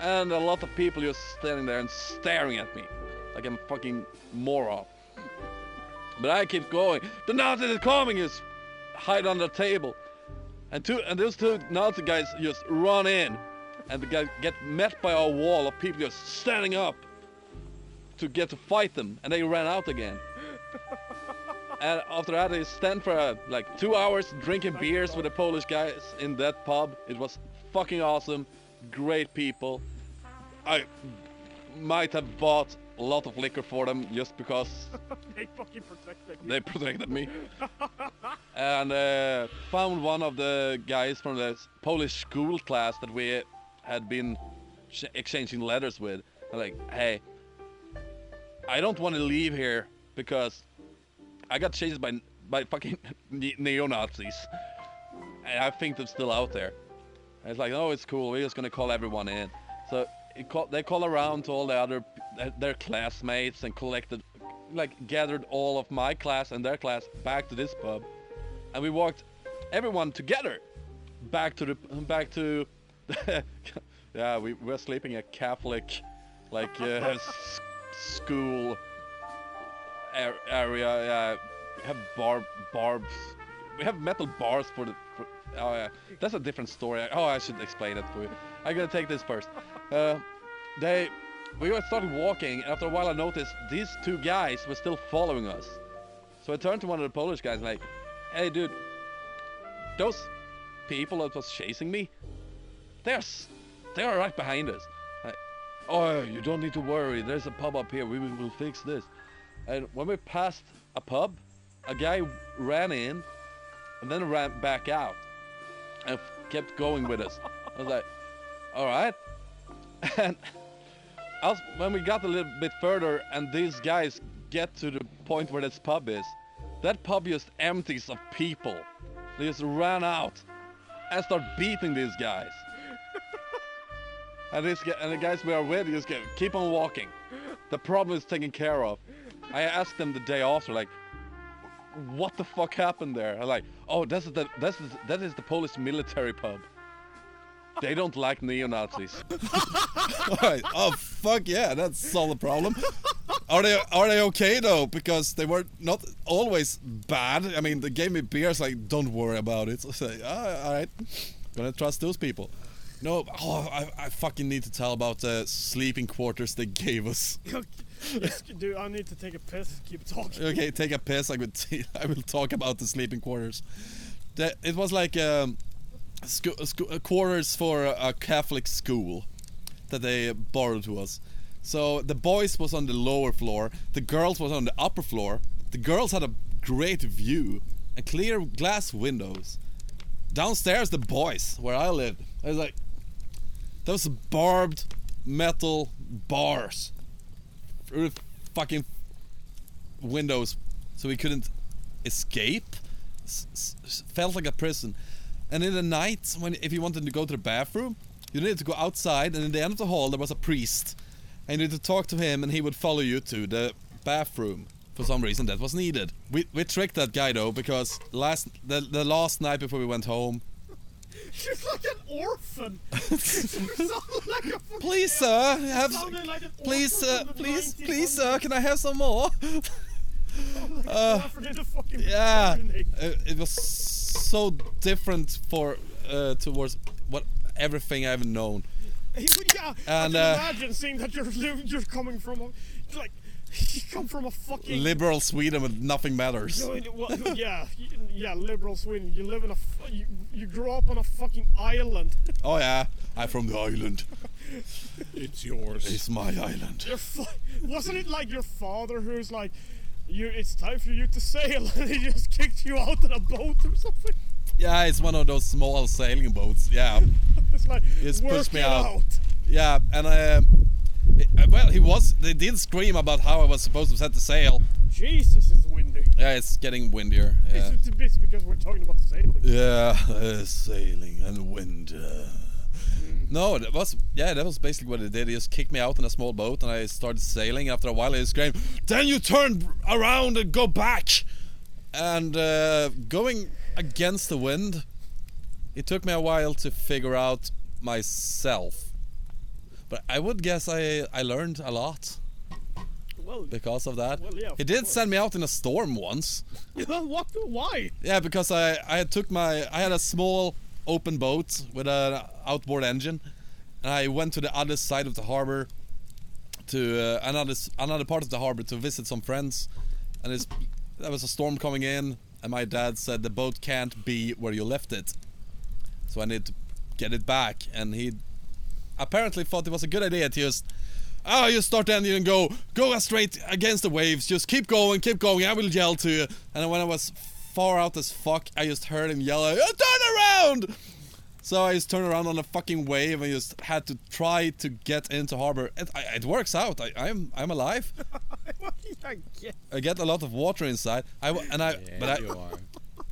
And a lot of people just standing there and staring at me like I'm a fucking moron. But I keep going. The Nazis is coming! Just hide under the table. And two and those two Nazi guys just run in. And the guys get met by a wall of people just standing up to get to fight them. And they ran out again. And after that, I stand for uh, like two hours drinking beers with the Polish guys in that pub. It was fucking awesome. Great people. I might have bought a lot of liquor for them just because
They fucking protected me.
they protected me. and uh, found one of the guys from the s- Polish school class that we had been sh- exchanging letters with. I'm like, hey, I don't want to leave here because I got chased by by fucking ne- neo Nazis, and I think they're still out there. And it's like, oh, it's cool. We're just gonna call everyone in. So it call, they call around to all the other p- their- their classmates and collected, like, gathered all of my class and their class back to this pub, and we walked everyone together back to the back to. yeah, we were sleeping a Catholic, like, uh, s- school ar- area. Uh, we have bar barbs. We have metal bars for the. For, oh yeah, that's a different story. Oh, I should explain it for you. I'm gonna take this first. Uh, they, we were started walking, and after a while, I noticed these two guys were still following us. So I turned to one of the Polish guys and like, "Hey, dude, those people that was chasing me, they're s- they are right behind us." Like, oh, you don't need to worry. There's a pub up here. We will will fix this. And when we passed a pub, a guy ran in and then ran back out and f- kept going with us. I was like, all right. And as, when we got a little bit further and these guys get to the point where this pub is, that pub just empties of people. They just ran out and start beating these guys. And, this, gu- and the guys we are with just go, keep on walking. The problem is taken care of. I asked them the day after, like, what the fuck happened there? I'm like, oh, this is the, this is, that is the Polish military pub. They don't like neo-Nazis.
Alright. Oh fuck yeah, that's solved the problem. Are they are they okay though? Because they were not always bad. I mean, they gave me beers like, don't worry about it. So I say, ah, all right, gonna trust those people. No, oh, I, I fucking need to tell about the sleeping quarters they gave us.
Yes, Dude, I need to take a piss. Keep talking.
Okay, take a piss. I would. T- I will talk about the sleeping quarters. That it was like um, sco- uh, sco- uh, quarters for a, a Catholic school that they borrowed to us. So the boys was on the lower floor, the girls was on the upper floor. The girls had a great view and clear glass windows. Downstairs, the boys where I lived. I was like, those barbed metal bars through the fucking windows so we couldn't escape. S- s- s- felt like a prison. And in the night, when if you wanted to go to the bathroom, you needed to go outside. And in the end of the hall, there was a priest, and you needed to talk to him, and he would follow you to the bathroom. For some reason, that was needed. We we tricked that guy though because last the the last night before we went home,
She's like an orphan. you sound like a fucking.
please sir, have
sounded like an orphan
please sir,
from the
please
1900s.
please sir, can I have some more?
I forget the fucking.
Uh, Yeah,
fucking name.
uh, it was so different for uh, towards what everything I've known.
He would- yeah. I
And,
can
uh,
imagine seeing that you're you're coming from a, like you come from a fucking.
Liberal Sweden, with nothing matters.
No, it- well, yeah, y- yeah, liberal Sweden. You live in a, fu- you, you grew up on a fucking island.
Oh yeah, I'm from the island.
It's yours.
It's my island.
Your fa- wasn't it like your father who's like, you, it's time for you to sail, and he just kicked you out on a boat or something?
Yeah, it's one of those small sailing boats. Yeah,
It's like,
It's
work
pushed me
it
out.
out.
yeah, and I, um, Uh, Well, he was. They did scream about how I was supposed to set the sail.
Jesus, it's windy.
Yeah, it's getting windier. Yeah.
It's, it's because we're talking about sailing.
Yeah, uh, sailing and wind. uh. No, that was yeah, that was basically what they did. They just kicked me out in a small boat, and I started sailing. After a while, they screamed, "Then you turn around and go back!" And uh, going against the wind, it took me a while to figure out myself. But I would guess I I learned a lot
Well,
because of that.
Well, yeah, of
he did
course.
send me out in a storm once.
what? Why?
Yeah, because I I had took my I had a small open boat with an outboard engine, and I went to the other side of the harbor, to uh, another s- another part of the harbor to visit some friends, and it's, there was a storm coming in, and my dad said the boat can't be where you left it, so I need to get it back, and he apparently thought it was a good idea to just. Oh, you start the engine and go, go straight against the waves. Just keep going, keep going. I will yell to you. And when I was far out as fuck, I just heard him yell, "Uh, turn around! So I just turned around on a fucking wave and just had to try to get into harbor. It, I, it works out. I, I'm I'm alive.
I get
I get a lot of water inside. I wa- and I but I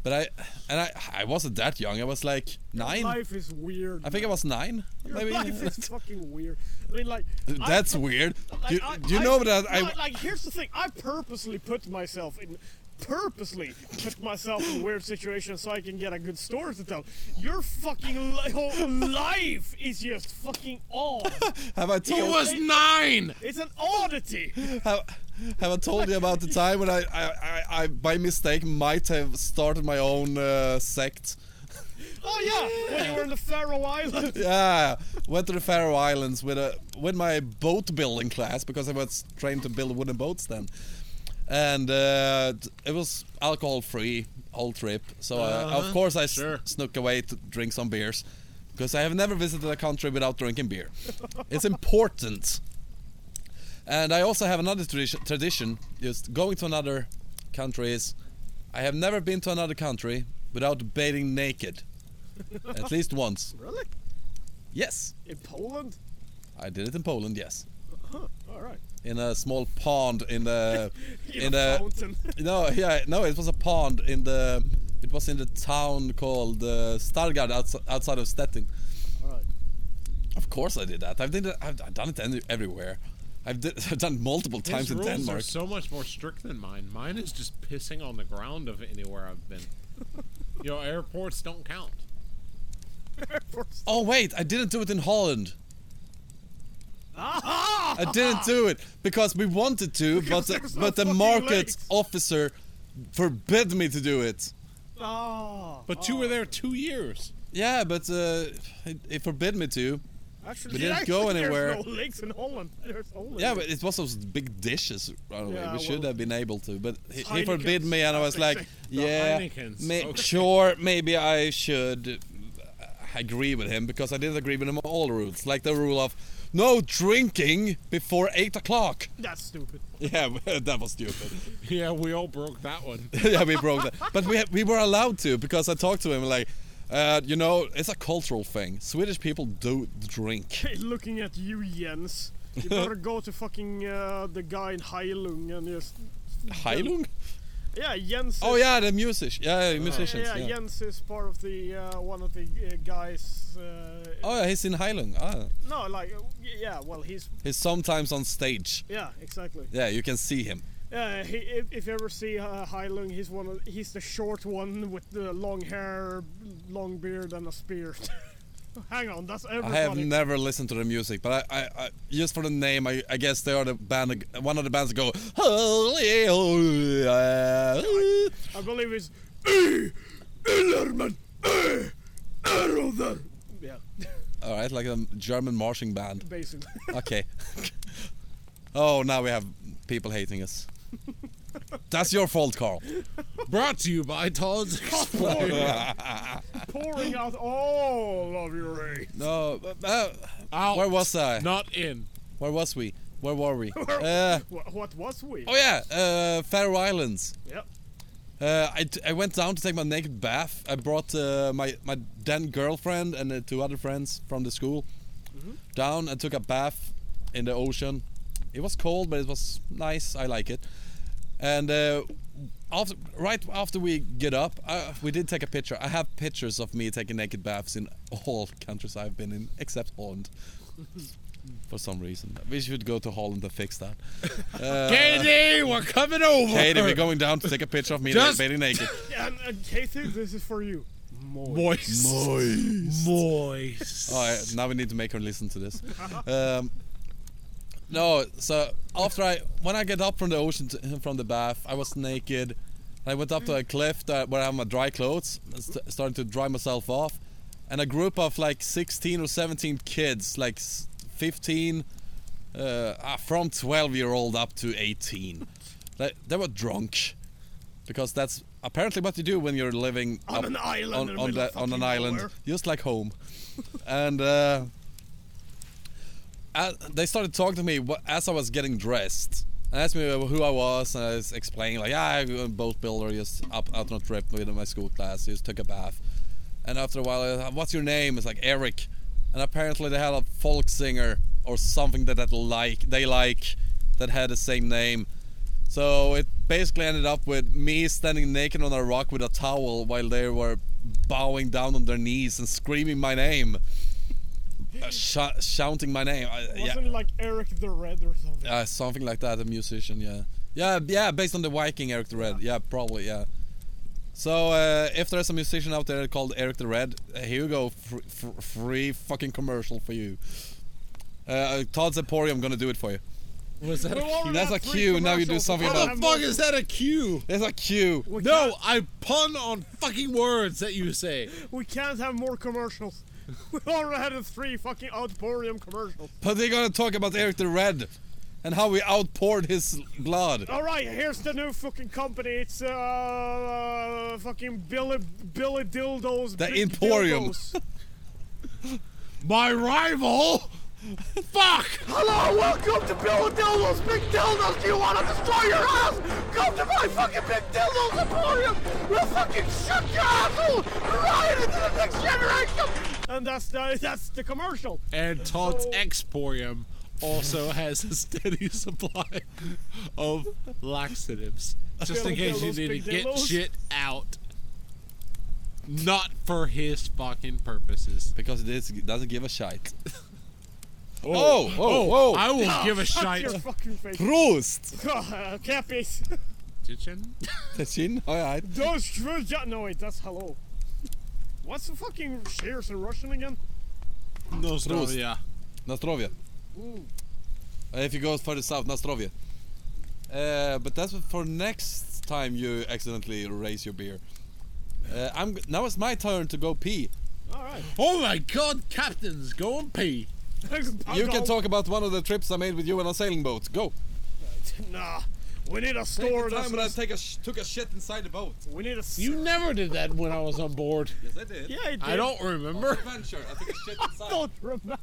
but I and I I wasn't that young. I was like nine.
life is weird.
I think I was nine.
Your
maybe.
life is fucking weird. I mean, like I-
That's weird.
like,
You,
I-
you
I-
know that
no,
I
like here's the thing. I purposely put myself in, purposely put myself in weird situations so I can get a good story to tell. Your fucking li- whole life is just fucking odd.
have I
He
told
was nine.
It's an oddity.
have, have I told you about the time when I, I, I, I by mistake might have started my own uh, sect?
Oh yeah, when you were in the Faroe Islands.
Yeah, went to the Faroe Islands with a with my boat building class because I was trained to build wooden boats then, and uh, t- it was alcohol free whole trip. So uh, of course I s-
sure.
snuck away to drink some beers because I have never visited a country without drinking beer. it's important. And I also have another tradition, tradition just going to another country is I have never been to another country without bathing naked. At least once.
Really?
Yes.
In Poland?
I did it in Poland, yes.
All right.
In a small pond in the
In,
in
a
the
fountain.
no yeah no it was a pond in the it was in the town called uh, Stargard outs- outside of Stettin.
All right.
Of course I did that. I've done it, I've, I've done it any- everywhere. I've, did, I've done it multiple times
His
in
rules
Denmark.
are so much more strict than mine. Mine is just pissing on the ground of anywhere I've been. you know, airports don't count.
oh wait, I didn't do it in Holland. I didn't do it because we wanted to, but
Ah! there's
the,
no
but the
fucking
market
lakes.
officer forbid me to do it.
Oh,
But you were there two years.
Yeah, but uh, it, it forbid me to.
actually,
We didn't go
actually,
anywhere.
There's no lakes in Holland. There's only
Yeah, but it was those big dishes. Right away.
Yeah,
we should
well-
have been able to, but he, he
Heineken's,
forbid me, and I was like, "Yeah,
Heineken's,
make
okay.
sure maybe I should uh, agree with him because I didn't agree with him on all the rules, like the rule of no drinking before eight o'clock."
that's stupid.
Yeah, that was stupid.
Yeah, we all broke that one.
yeah, we broke that, but we we were allowed to because I talked to him like, uh, you know, it's a cultural thing. Swedish people do drink.
Hey, looking at you, Jens. You better go to fucking uh, the guy in Heilung and just.
Heilung?
Yeah, Jens.
Oh
is,
yeah, the music. Yeah, musicians.
Yeah,
yeah.
Jens is part of the uh, one of the uh, guys. Uh,
Oh yeah, he's in Heilung. Ah.
No, like, uh, y- yeah. Well, he's
He's sometimes on stage.
yeah, exactly.
Yeah, you can see him.
Yeah, he, if, if you ever see uh, Heilung, he's one of he's the short one with the long hair, long beard, and a spear. Hang on, that's everybody.
I have never listened to the music, but I, I, I just for the name, I, I guess they are the band, one of the bands that go, Holy, holy, uh,
I believe it's "Eh, yeah,
all right, like a German marching band.
basically.
Okay. oh, now we have people hating us. That's your fault, Carl.
Brought to you by Todd's Explorer.
pouring out all of your hate.
No, uh,
Out.
where was I?
Not in.
Where was we? Where were we? Uh,
Wha- What was we?
oh yeah, uh, Faroe Islands.
Yep.
Uh, I, t- I went down to take my naked bath. I brought uh, my my then girlfriend and uh, two other friends from the school down and took a bath in the ocean. It was cold, but it was nice. I like it. And uh, after, right after we get up, uh, we did take a picture. I have pictures of me taking naked baths in all countries I've been in, except Holland. For some reason, we should go to Holland to fix that.
Uh, Katie, we're coming over.
Katie, we're going down to take a picture of me
Just-
bathing naked.
And, and Kathy, this is for you.
Moist. Moist. Moist.
Oh, I, now we need to make her listen to this. Um, no, so after I, when I get up from the ocean, to, from the bath, I was naked. I went up to a cliff that, where I have my dry clothes, st- starting to dry myself off, and a group of like 16 or 17 kids, like s- 15, uh, ah, from 12 year old up to 18, they, they were drunk, because that's apparently what you do when you're living
On
up-
an island in
on,
the
on,
middle
the-
of
on an
fucking
island,
nowhere.
just like home. and uh, uh, they started talking to me wh- as I was getting dressed. And asked me who I was, and I was explaining like, "Ah, I'm a boat builder, just up out on a trip with my school class, just took a bath." And after a while, I was, "What's your name?" It's like Eric, and apparently they had a folk singer or something that that like they like that had the same name. So it basically ended up with me standing naked on a rock with a towel while they were bowing down on their knees and screaming my name, Uh, shou- shouting my name. I- yeah.
Wasn't it like Eric the Red or something?
Uh, something like that, a musician, yeah. Yeah, yeah, based on the Viking Eric the Red. Yeah, probably, yeah. So, uh, if there's a musician out there called Eric the Red, uh, here you go. Fr- fr- free fucking commercial for you. Uh, Todd Zepori, I'm gonna do it for you.
Oh, Was that
Well,
That's
not
a
free
cue, now you do
commercials,
something
but
about-
How the fuck is that a cue?
There's a cue.
No, I pun on fucking words that you say.
We can't have more commercials. We already had three fucking Outporium commercials.
But they're gonna talk about Eric the Red and how we outpoured his blood.
All right, here's the new fucking company. It's uh, fucking Billy Billy Dildos.
The
Big
Emporium.
Dildos.
My rival? Fuck!
Hello, welcome to Bill and Dildo's Big Dildos. Do you want to destroy your house? Come to my fucking Big Dildo's Emporium. We'll fucking shoot your asshole right into the next generation.
And that's the that's the commercial.
And Todd's Exporium also has a steady supply of laxatives. Just in case you
Dildos,
need to
big
get
dildos.
shit out. Not for his fucking purposes.
Because this doesn't give a shite. Oh, whoa, whoa.
I will give a shite.
Your fucking face.
Prost!
Uh, Cappies.
Kitchen?
Chin, alright.
Those Shvuzja- No wait, that's hello. What's the fucking cheers in Russian again?
Prost.
Oh, Yeah.
Nostrovia. Uh, if you go further south, Nostrovia. Uh, but that's for next time you accidentally raise your beer. Uh, I'm g- now it's my turn to go pee.
All right.
Oh my god, captains, go and pee.
You can talk about one of the trips I made with you on a sailing boat. Go.
Nah, we need a
Take
store.
the time
That's
when I take a sh- took a shit inside the boat.
we need a. s-
You never did that when I was on board.
Yes, I did.
Yeah, I, did.
I don't remember.
Adventure. I took a shit inside.
Don't remember.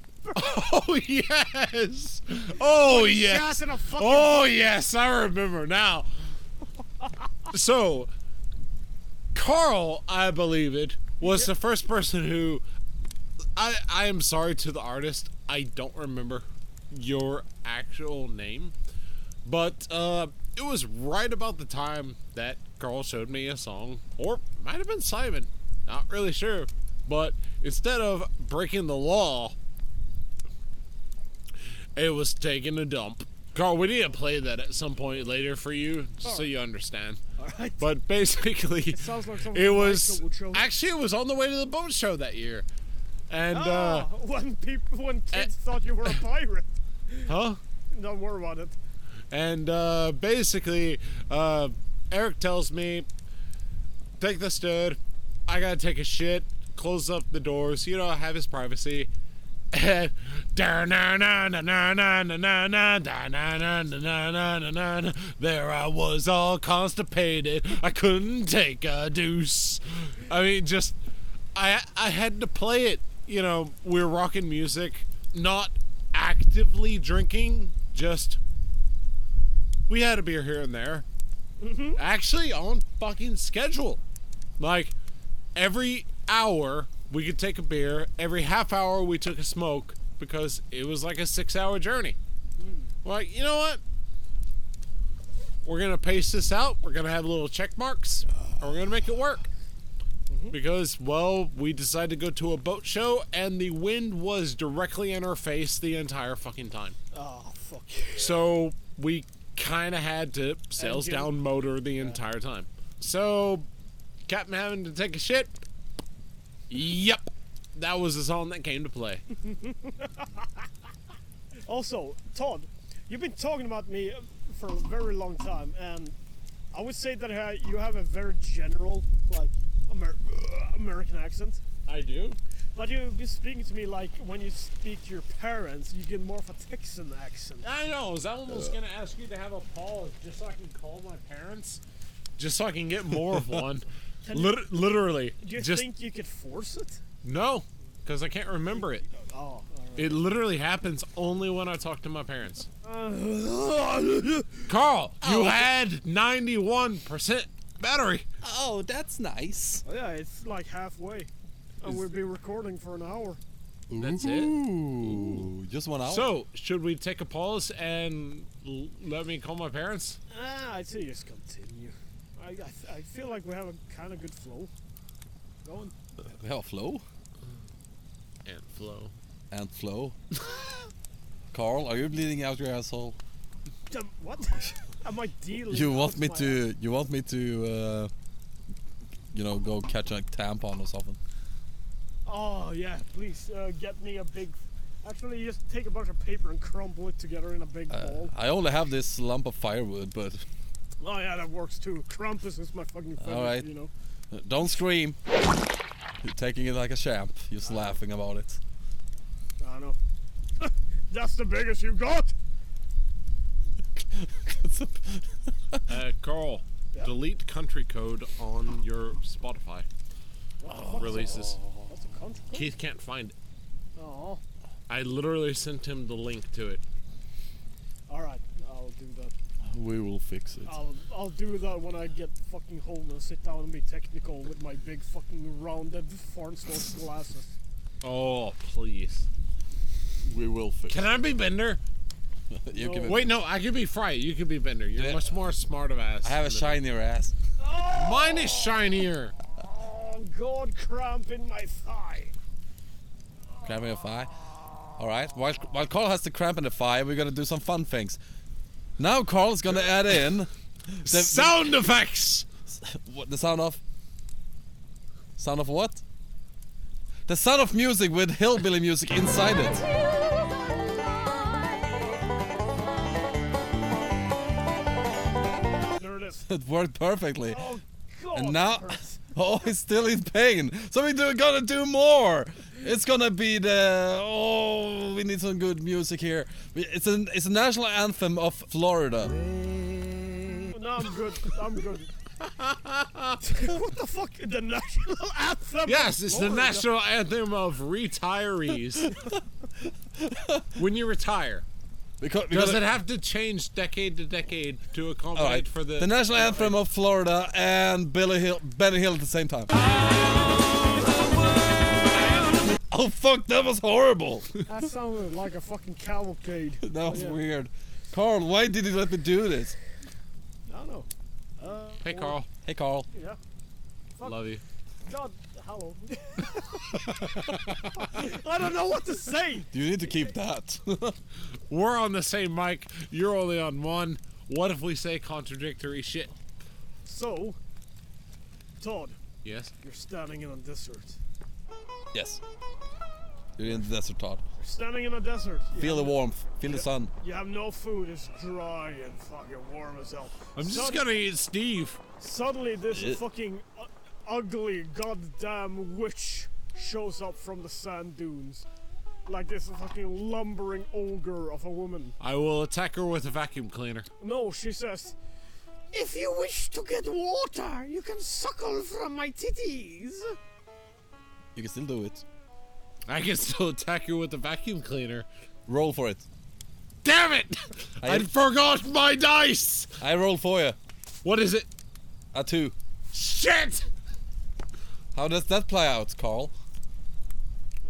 Oh yes. Oh yes.
Shot in a fucking
Oh yes, I remember now. So, Carl, I believe it was the first person who. I I am sorry to the artist. I don't remember your actual name, but uh, it was right about the time that Carl showed me a song, or might have been Simon. Not really sure, but instead of breaking the law, it was taking a dump. Carl, we need to play that at some point later for you, just so you understand.
Oh. right.
But basically, it,
sounds like something
was
Michael would show.
actually it was on the way to the boat show that year, and
Ah, when people, when kids thought you were a pirate.
uh, huh?
Don't worry about it.
And uh, basically, uh, Eric tells me, take the stud. I gotta take a shit. Close up the doors. You know, have his privacy. And da na na na na na na na na da na na na na na na na na. There I was, all constipated. I couldn't take a deuce. I mean, just I I had to play it. You know, we're rocking music, not actively drinking, just we had a beer here and there. Actually, on fucking schedule. Like, every hour we could take a beer, every half hour we took a smoke because it was like a six hour journey. We're like, you know what? We're gonna paste this out. We're gonna have little check marks, and we're gonna make it work. Because, well, we decided to go to a boat show, and the wind was directly in our face the entire fucking time.
Oh, fuck.
So we kind of had to sails
Engine.
down motor the entire time. So, Captain having to take a shit. Yep, that was the song that came to play.
Also, Todd, you've been talking about me for a very long time, and I would say that uh, you have a very general, like, Amer- American accent.
I do.
But you've been speaking to me like when you speak to your parents, you get more of a Texan accent.
I know. Is that almost gonna ask you to have a pause just so I can call my parents? Just so I can get more of one.
Can you-
Lit- literally,
Do you
just
think you could force it?
no, because I can't remember it.
Oh,
It literally happens only when I talk to my parents.
alright.
Carl,
Oh.
you had ninety-one percent battery.
Oh, that's nice.
Oh, yeah, it's like halfway. And we'll be recording for an hour.
That's it.
Ooh, just one hour.
So, should we take a pause and l- let me call my parents?
Ah, I'd say just continue. I, I, th- I feel like we have a kind of good flow going.
hell, flow
And flow.
and flow. Carl, are you bleeding out your asshole?
Damn, what? Am I dealing?
You want
out
me
my-
to? You want me to? Uh, you know, go catch a tampon or something?
Oh yeah, please uh, get me a big. Actually, just take a bunch of paper and crumble it together in a big
Uh,
ball.
I only have this lump of firewood, but
Oh yeah, that works too. Krampus is my fucking favorite.
Alright.
You know.
don't scream. You're taking it like a champ, just laughing about it.
I know. That's the biggest you got.
Uh, Carl,
Yeah.
delete country code on your Spotify releases.
That's a country.
Keith can't find it.
Oh.
I literally sent him the link to it.
All right. I'll do that.
We will fix it.
I'll I'll do that when I get fucking home and sit down and be technical with my big fucking rounded Farnsworth glasses.
Oh, please.
We will fix
Can I be Bender?
it. You give it-
Wait, no, I could be Fry. You could be Bender. You're
Yeah.
much more smart of ass.
I have a
than-
shinier ass.
Mine is shinier.
Oh God, cramp in my thigh.
Cramp in the thigh. All right. While, while Carl has the cramp in the thigh, we're gonna do some fun things. Now Carl's gonna add in the,
Sound effects!
what, the sound of sound of what? The sound of music with hillbilly music inside it.
There it is.
It worked perfectly.
Oh God.
And now,
that hurts.
oh, he's still in pain. So we do gotta do more. It's gonna be the oh, we need some good music here. We- It's an it's a national anthem of Florida.
No, I'm good. I'm good. what the fuck? The national anthem?
Yes, it's the
Lord,
national anthem of retirees. when you retire.
Because, because
Does it have to change decade to decade to accommodate
all right,
for the.
the national anthem of Florida and Billy Hill, Benny Hill at the same time. Oh fuck, that was horrible.
That sounded like a fucking cavalcade.
That was weird. Carl, why did you let me do this?
I don't know. Uh,
hey, Carl.
Hey, Carl.
yeah.
Love you.
God, hello. I don't know what to say.
Do you need to keep that?
We're on the same mic. You're only on one. What if we say contradictory shit?
So, Todd,
Yes.
you're standing in a desert.
yes. You're in the desert, Todd.
You're standing in a desert. You
Feel the
have-
warmth. Feel the sun.
You have no food. It's dry and fucking warm as hell.
I'm just
Sud-
gonna eat Steve.
Suddenly, this
Yeah.
fucking u- ugly goddamn witch shows up from the sand dunes. Like this fucking lumbering ogre of a woman.
I will attack her with a vacuum cleaner.
No, she says,
If you wish to get water, you can suckle from my titties.
You can still do it.
I can still attack you with a vacuum cleaner.
Roll for it.
Damn it! I,
I-
forgot my dice!
I roll for you.
What is it?
A two.
Shit!
How does that play out, Carl?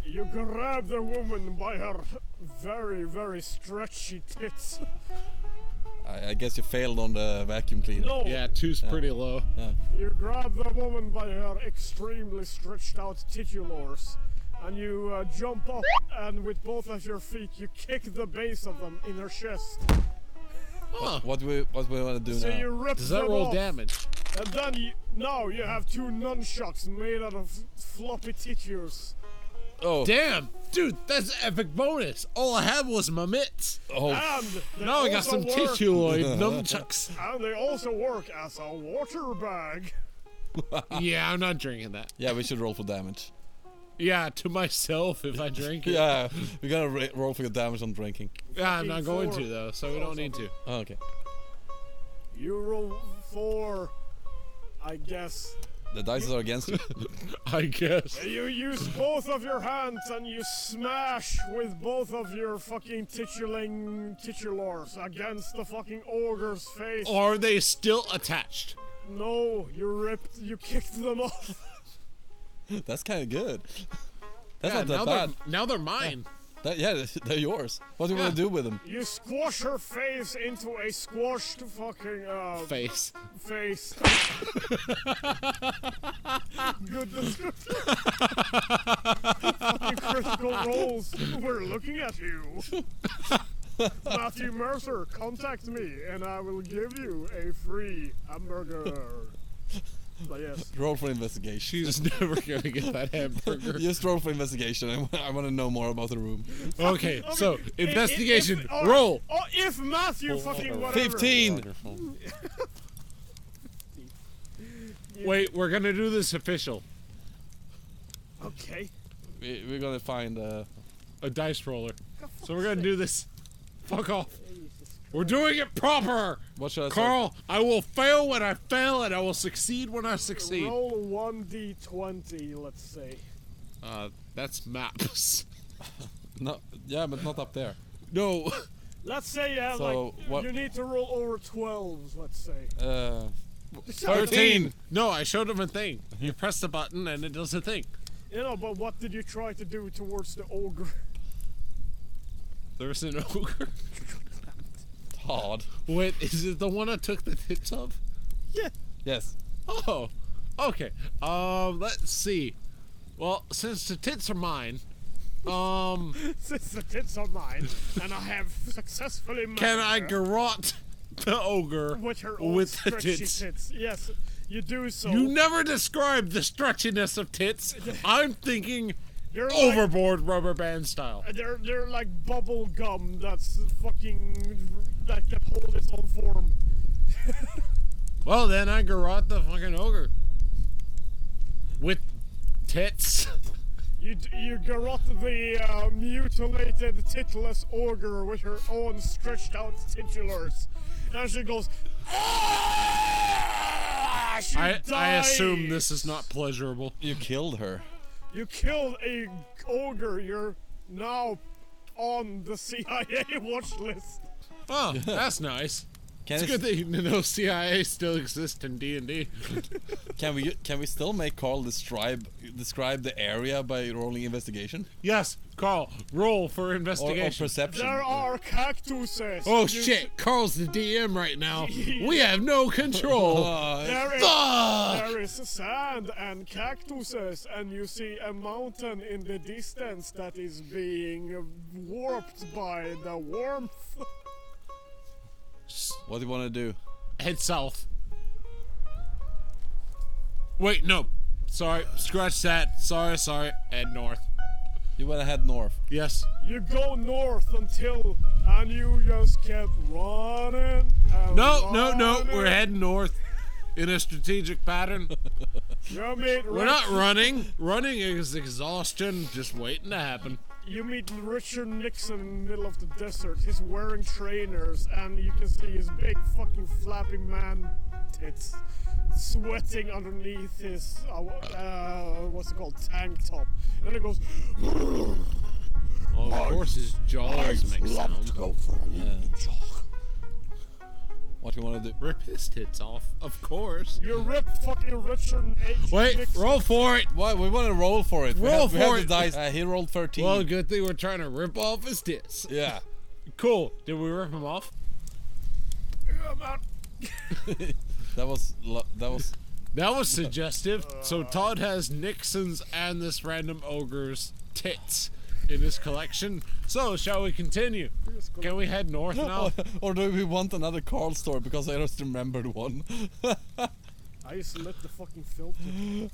You grab the woman by her very, very stretchy tits.
I, I guess you failed on the vacuum cleaner.
No,
Yeah, two's pretty low.
you grab the woman by her extremely stretched out titulars. And you uh, jump up, and with both of your feet, you kick the base of them in her chest.
What we what we want to do
So
now?
you rip
Does that
them
roll
off.
damage?
And then you, now you have two nunchucks made out of floppy titulars.
oh,
Damn, dude, that's an epic bonus. All I had was my mitts.
oh,
And they
Now I got
also
some
work,
tituloid nunchucks.
And they also work as a water bag.
Yeah, I'm not drinking that.
yeah. We should roll for damage.
Yeah, to myself if I drink it.
Yeah, we're gonna ra- roll for your damage on drinking.
Yeah, I'm not going
Four.
to though, so we don't need to.
Oh, okay,
You roll four, I guess.
the dice are against you.
I guess.
You use both of your hands and you smash with both of your fucking tituling titulars against the fucking ogre's face.
Are they still attached?
No, you ripped, you kicked them off.
That's kind of good. That's
yeah,
not that
now
bad.
they're now they're mine.
That, yeah, they're yours. What do you want to
Yeah.
do with them?
You squash her face into a squashed fucking uh,
Face.
face. Good description. Fucking critical roles. We're looking at you. Matthew Mercer, contact me and I will give you a free hamburger. But yes.
Roll for investigation.
She's never gonna get that hamburger.
Just roll for investigation. I, want to know more about the room.
Okay, so
Okay, i- i-
investigation.
if- uh, or-
Roll.
Or if Matthew fucking whatever.
Oh, Fifteen.
Wait, we're gonna do this official.
Okay.
We, we're gonna find. Uh,
A dice roller. So we're gonna do this. Fuck off. We're doing it proper.
what should I
Carl, I will fail when I fail, and I will succeed when I succeed.
Roll 1d20, let's say.
Uh, that's maps.
say? No. Yeah, but not up there.
No.
Let's say yeah,
So,
like
what-
you need to roll over twelves. Let's say.
Uh,
Thirteen. No, I showed him a thing. You press the button and it does a thing.
You know, but what did you try to do towards the ogre?
There's an ogre.
hard.
Wait, is it the one I took the hits of?
Yes.
Oh, okay. Um, let's see. Well, since the tits are mine, um,
Since the tits are mine, and I have successfully
can
managed
I
her
garrot the ogre
with her own
with the
stretchy
tits?
Yes, you do so.
You never described the stretchiness of tits. I'm thinking
They're like-
overboard rubber band style.
They're they're like bubble gum. That's fucking that can hold its own form.
Well, then I garrot the fucking ogre with tits.
You d- you garrot the uh, mutilated titless ogre with her own stretched out titulars, and she goes. "Ah!" She
I, I assume
dies.
this is not pleasurable.
You killed her.
You killed a ogre. You're now on the CIA watch list.
Oh, that's nice.
Can,
It's
it-
good that you know CIA still exists in D and D.
can we can we still make Carl describe describe the area by rolling investigation
Yes, Carl, roll
or,
for
or
investigation.
perception?
There are cactuses.
oh
You-
shit, Carl's the DM right now. We have no control. Ah.
Uh,
There is,
Fuck!
there is sand and cactuses, and you see a mountain in the distance that is being warped by the warmth.
what do you want to do?
Head south. Wait, no. Sorry, scratch that. Sorry, sorry. Head north.
You want to head north.
Yes.
You go north until, and you just kept running. and
No, no, no.
running.
We're heading north in a strategic pattern.
You meet
We're
Rich,
not running. Running is exhaustion, just waiting to happen.
You meet Richard Nixon in the middle of the desert. He's wearing trainers, and you can see his big fucking flappy man tits sweating underneath his uh, uh, what's it called tank top. And then he goes,
Of course, his jaws make sound.
go for a little jog.
What you wanna do?
Rip his tits off, of course.
You rip fucking Richard H.
Wait,
Nixon.
roll for it.
Why we wanna roll for it? we
Roll
have, we have
for
the
it.
dice. Uh, he rolled thirteen.
Well, good thing we're trying to rip off his tits.
yeah.
Cool. Did we rip him off?
That was lo- that was
That was suggestive. So Todd has Nixon's and this random ogre's tits in his collection. So shall we continue? Can we head north now?
or do we want another Carl story because I just remembered one.
I just lit the fucking filter.
you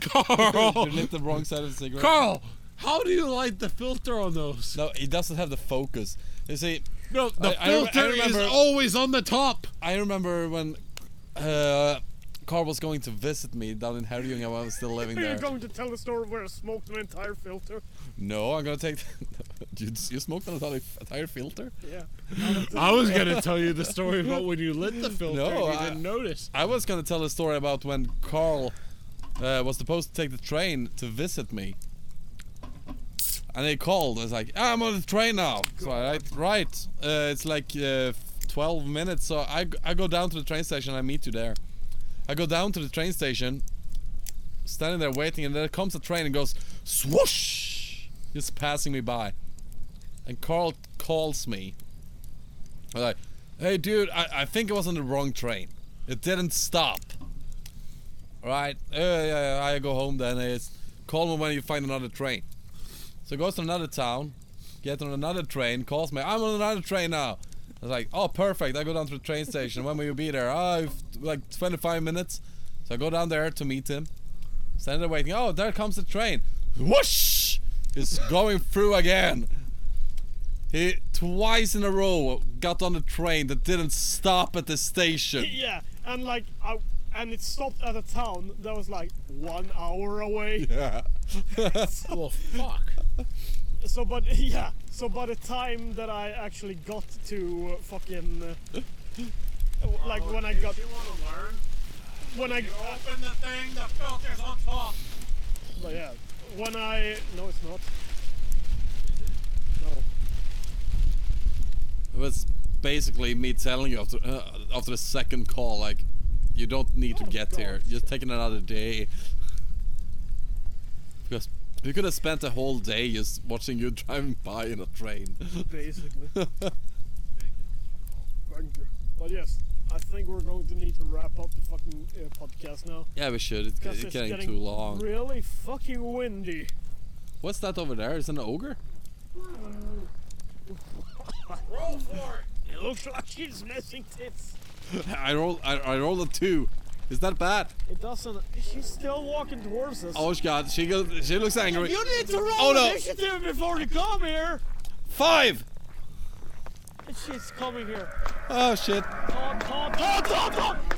Carl,
lit the wrong side of the cigarette.
Carl, how do you light the filter on those?
No, it doesn't have the focus. You see,
No, the
I- I rem- I
filter
remember-
is always on the top.
I remember when uh, Carl was going to visit me down in Herrljunga when I was still living
Are you
there.
going to tell the story where I smoked my entire filter?
No, I'm gonna take. you, you smoked an entire, entire filter?
Yeah.
I was gonna tell you the story about when you lit the filter.
No,
and you
I-
didn't notice.
I was gonna tell a story about when Carl uh, was supposed to take the train to visit me. And he called. I was like, "Ah, I'm on the train now. So I like, right. Uh, it's like uh, 12 minutes. So I, g- I go down to the train station. I meet you there. I go down to the train station, standing there waiting, and there comes a train and goes swoosh, just passing me by. And Carl calls me. I'm like, hey, dude, I, I think I was on the wrong train. It didn't stop. Right? Uh, yeah, yeah, I go home then. It's call me when you find another train. So he goes to another town, gets on another train, calls me. I'm on another train now. I was like, oh, perfect. I go down to the train station. When will you be there? Oh, if- like 25 minutes. So I go down there to meet him. Standing there waiting. Oh, there comes the train. Whoosh! It's going through again. He twice in a row got on the train that didn't stop at the station.
Yeah, and like, I, and it stopped at a town that was like one hour away.
Yeah.
Well, fuck.
So, but yeah, so by the time that I actually got to uh, fucking, uh, w- like when I got, when I, uh,
Open the thing. The filter's on top.
but yeah, when I, no, it's not.
It was basically me telling you after uh, after the second call, like, you don't need
Oh,
to get here. Just taking another day. Because we could have spent a whole day just watching you driving by in a train.
Basically. Thank you. But yes, I think we're going to need to wrap up the fucking uh, podcast now.
yeah, we should. It's,
Because
it's
it's
getting,
getting
too long.
Really fucking windy.
What's that over there? Is it an ogre?
It looks like she's missing tits.
I roll. I, I rolled a two. Is that bad?
It doesn't. She's still walking towards us.
Oh God, she goes, she looks angry.
You need to roll
Oh, no.
initiative before you come here.
Five.
She's coming here.
Oh shit.
Tom, Tom, Tom, Tom, Tom.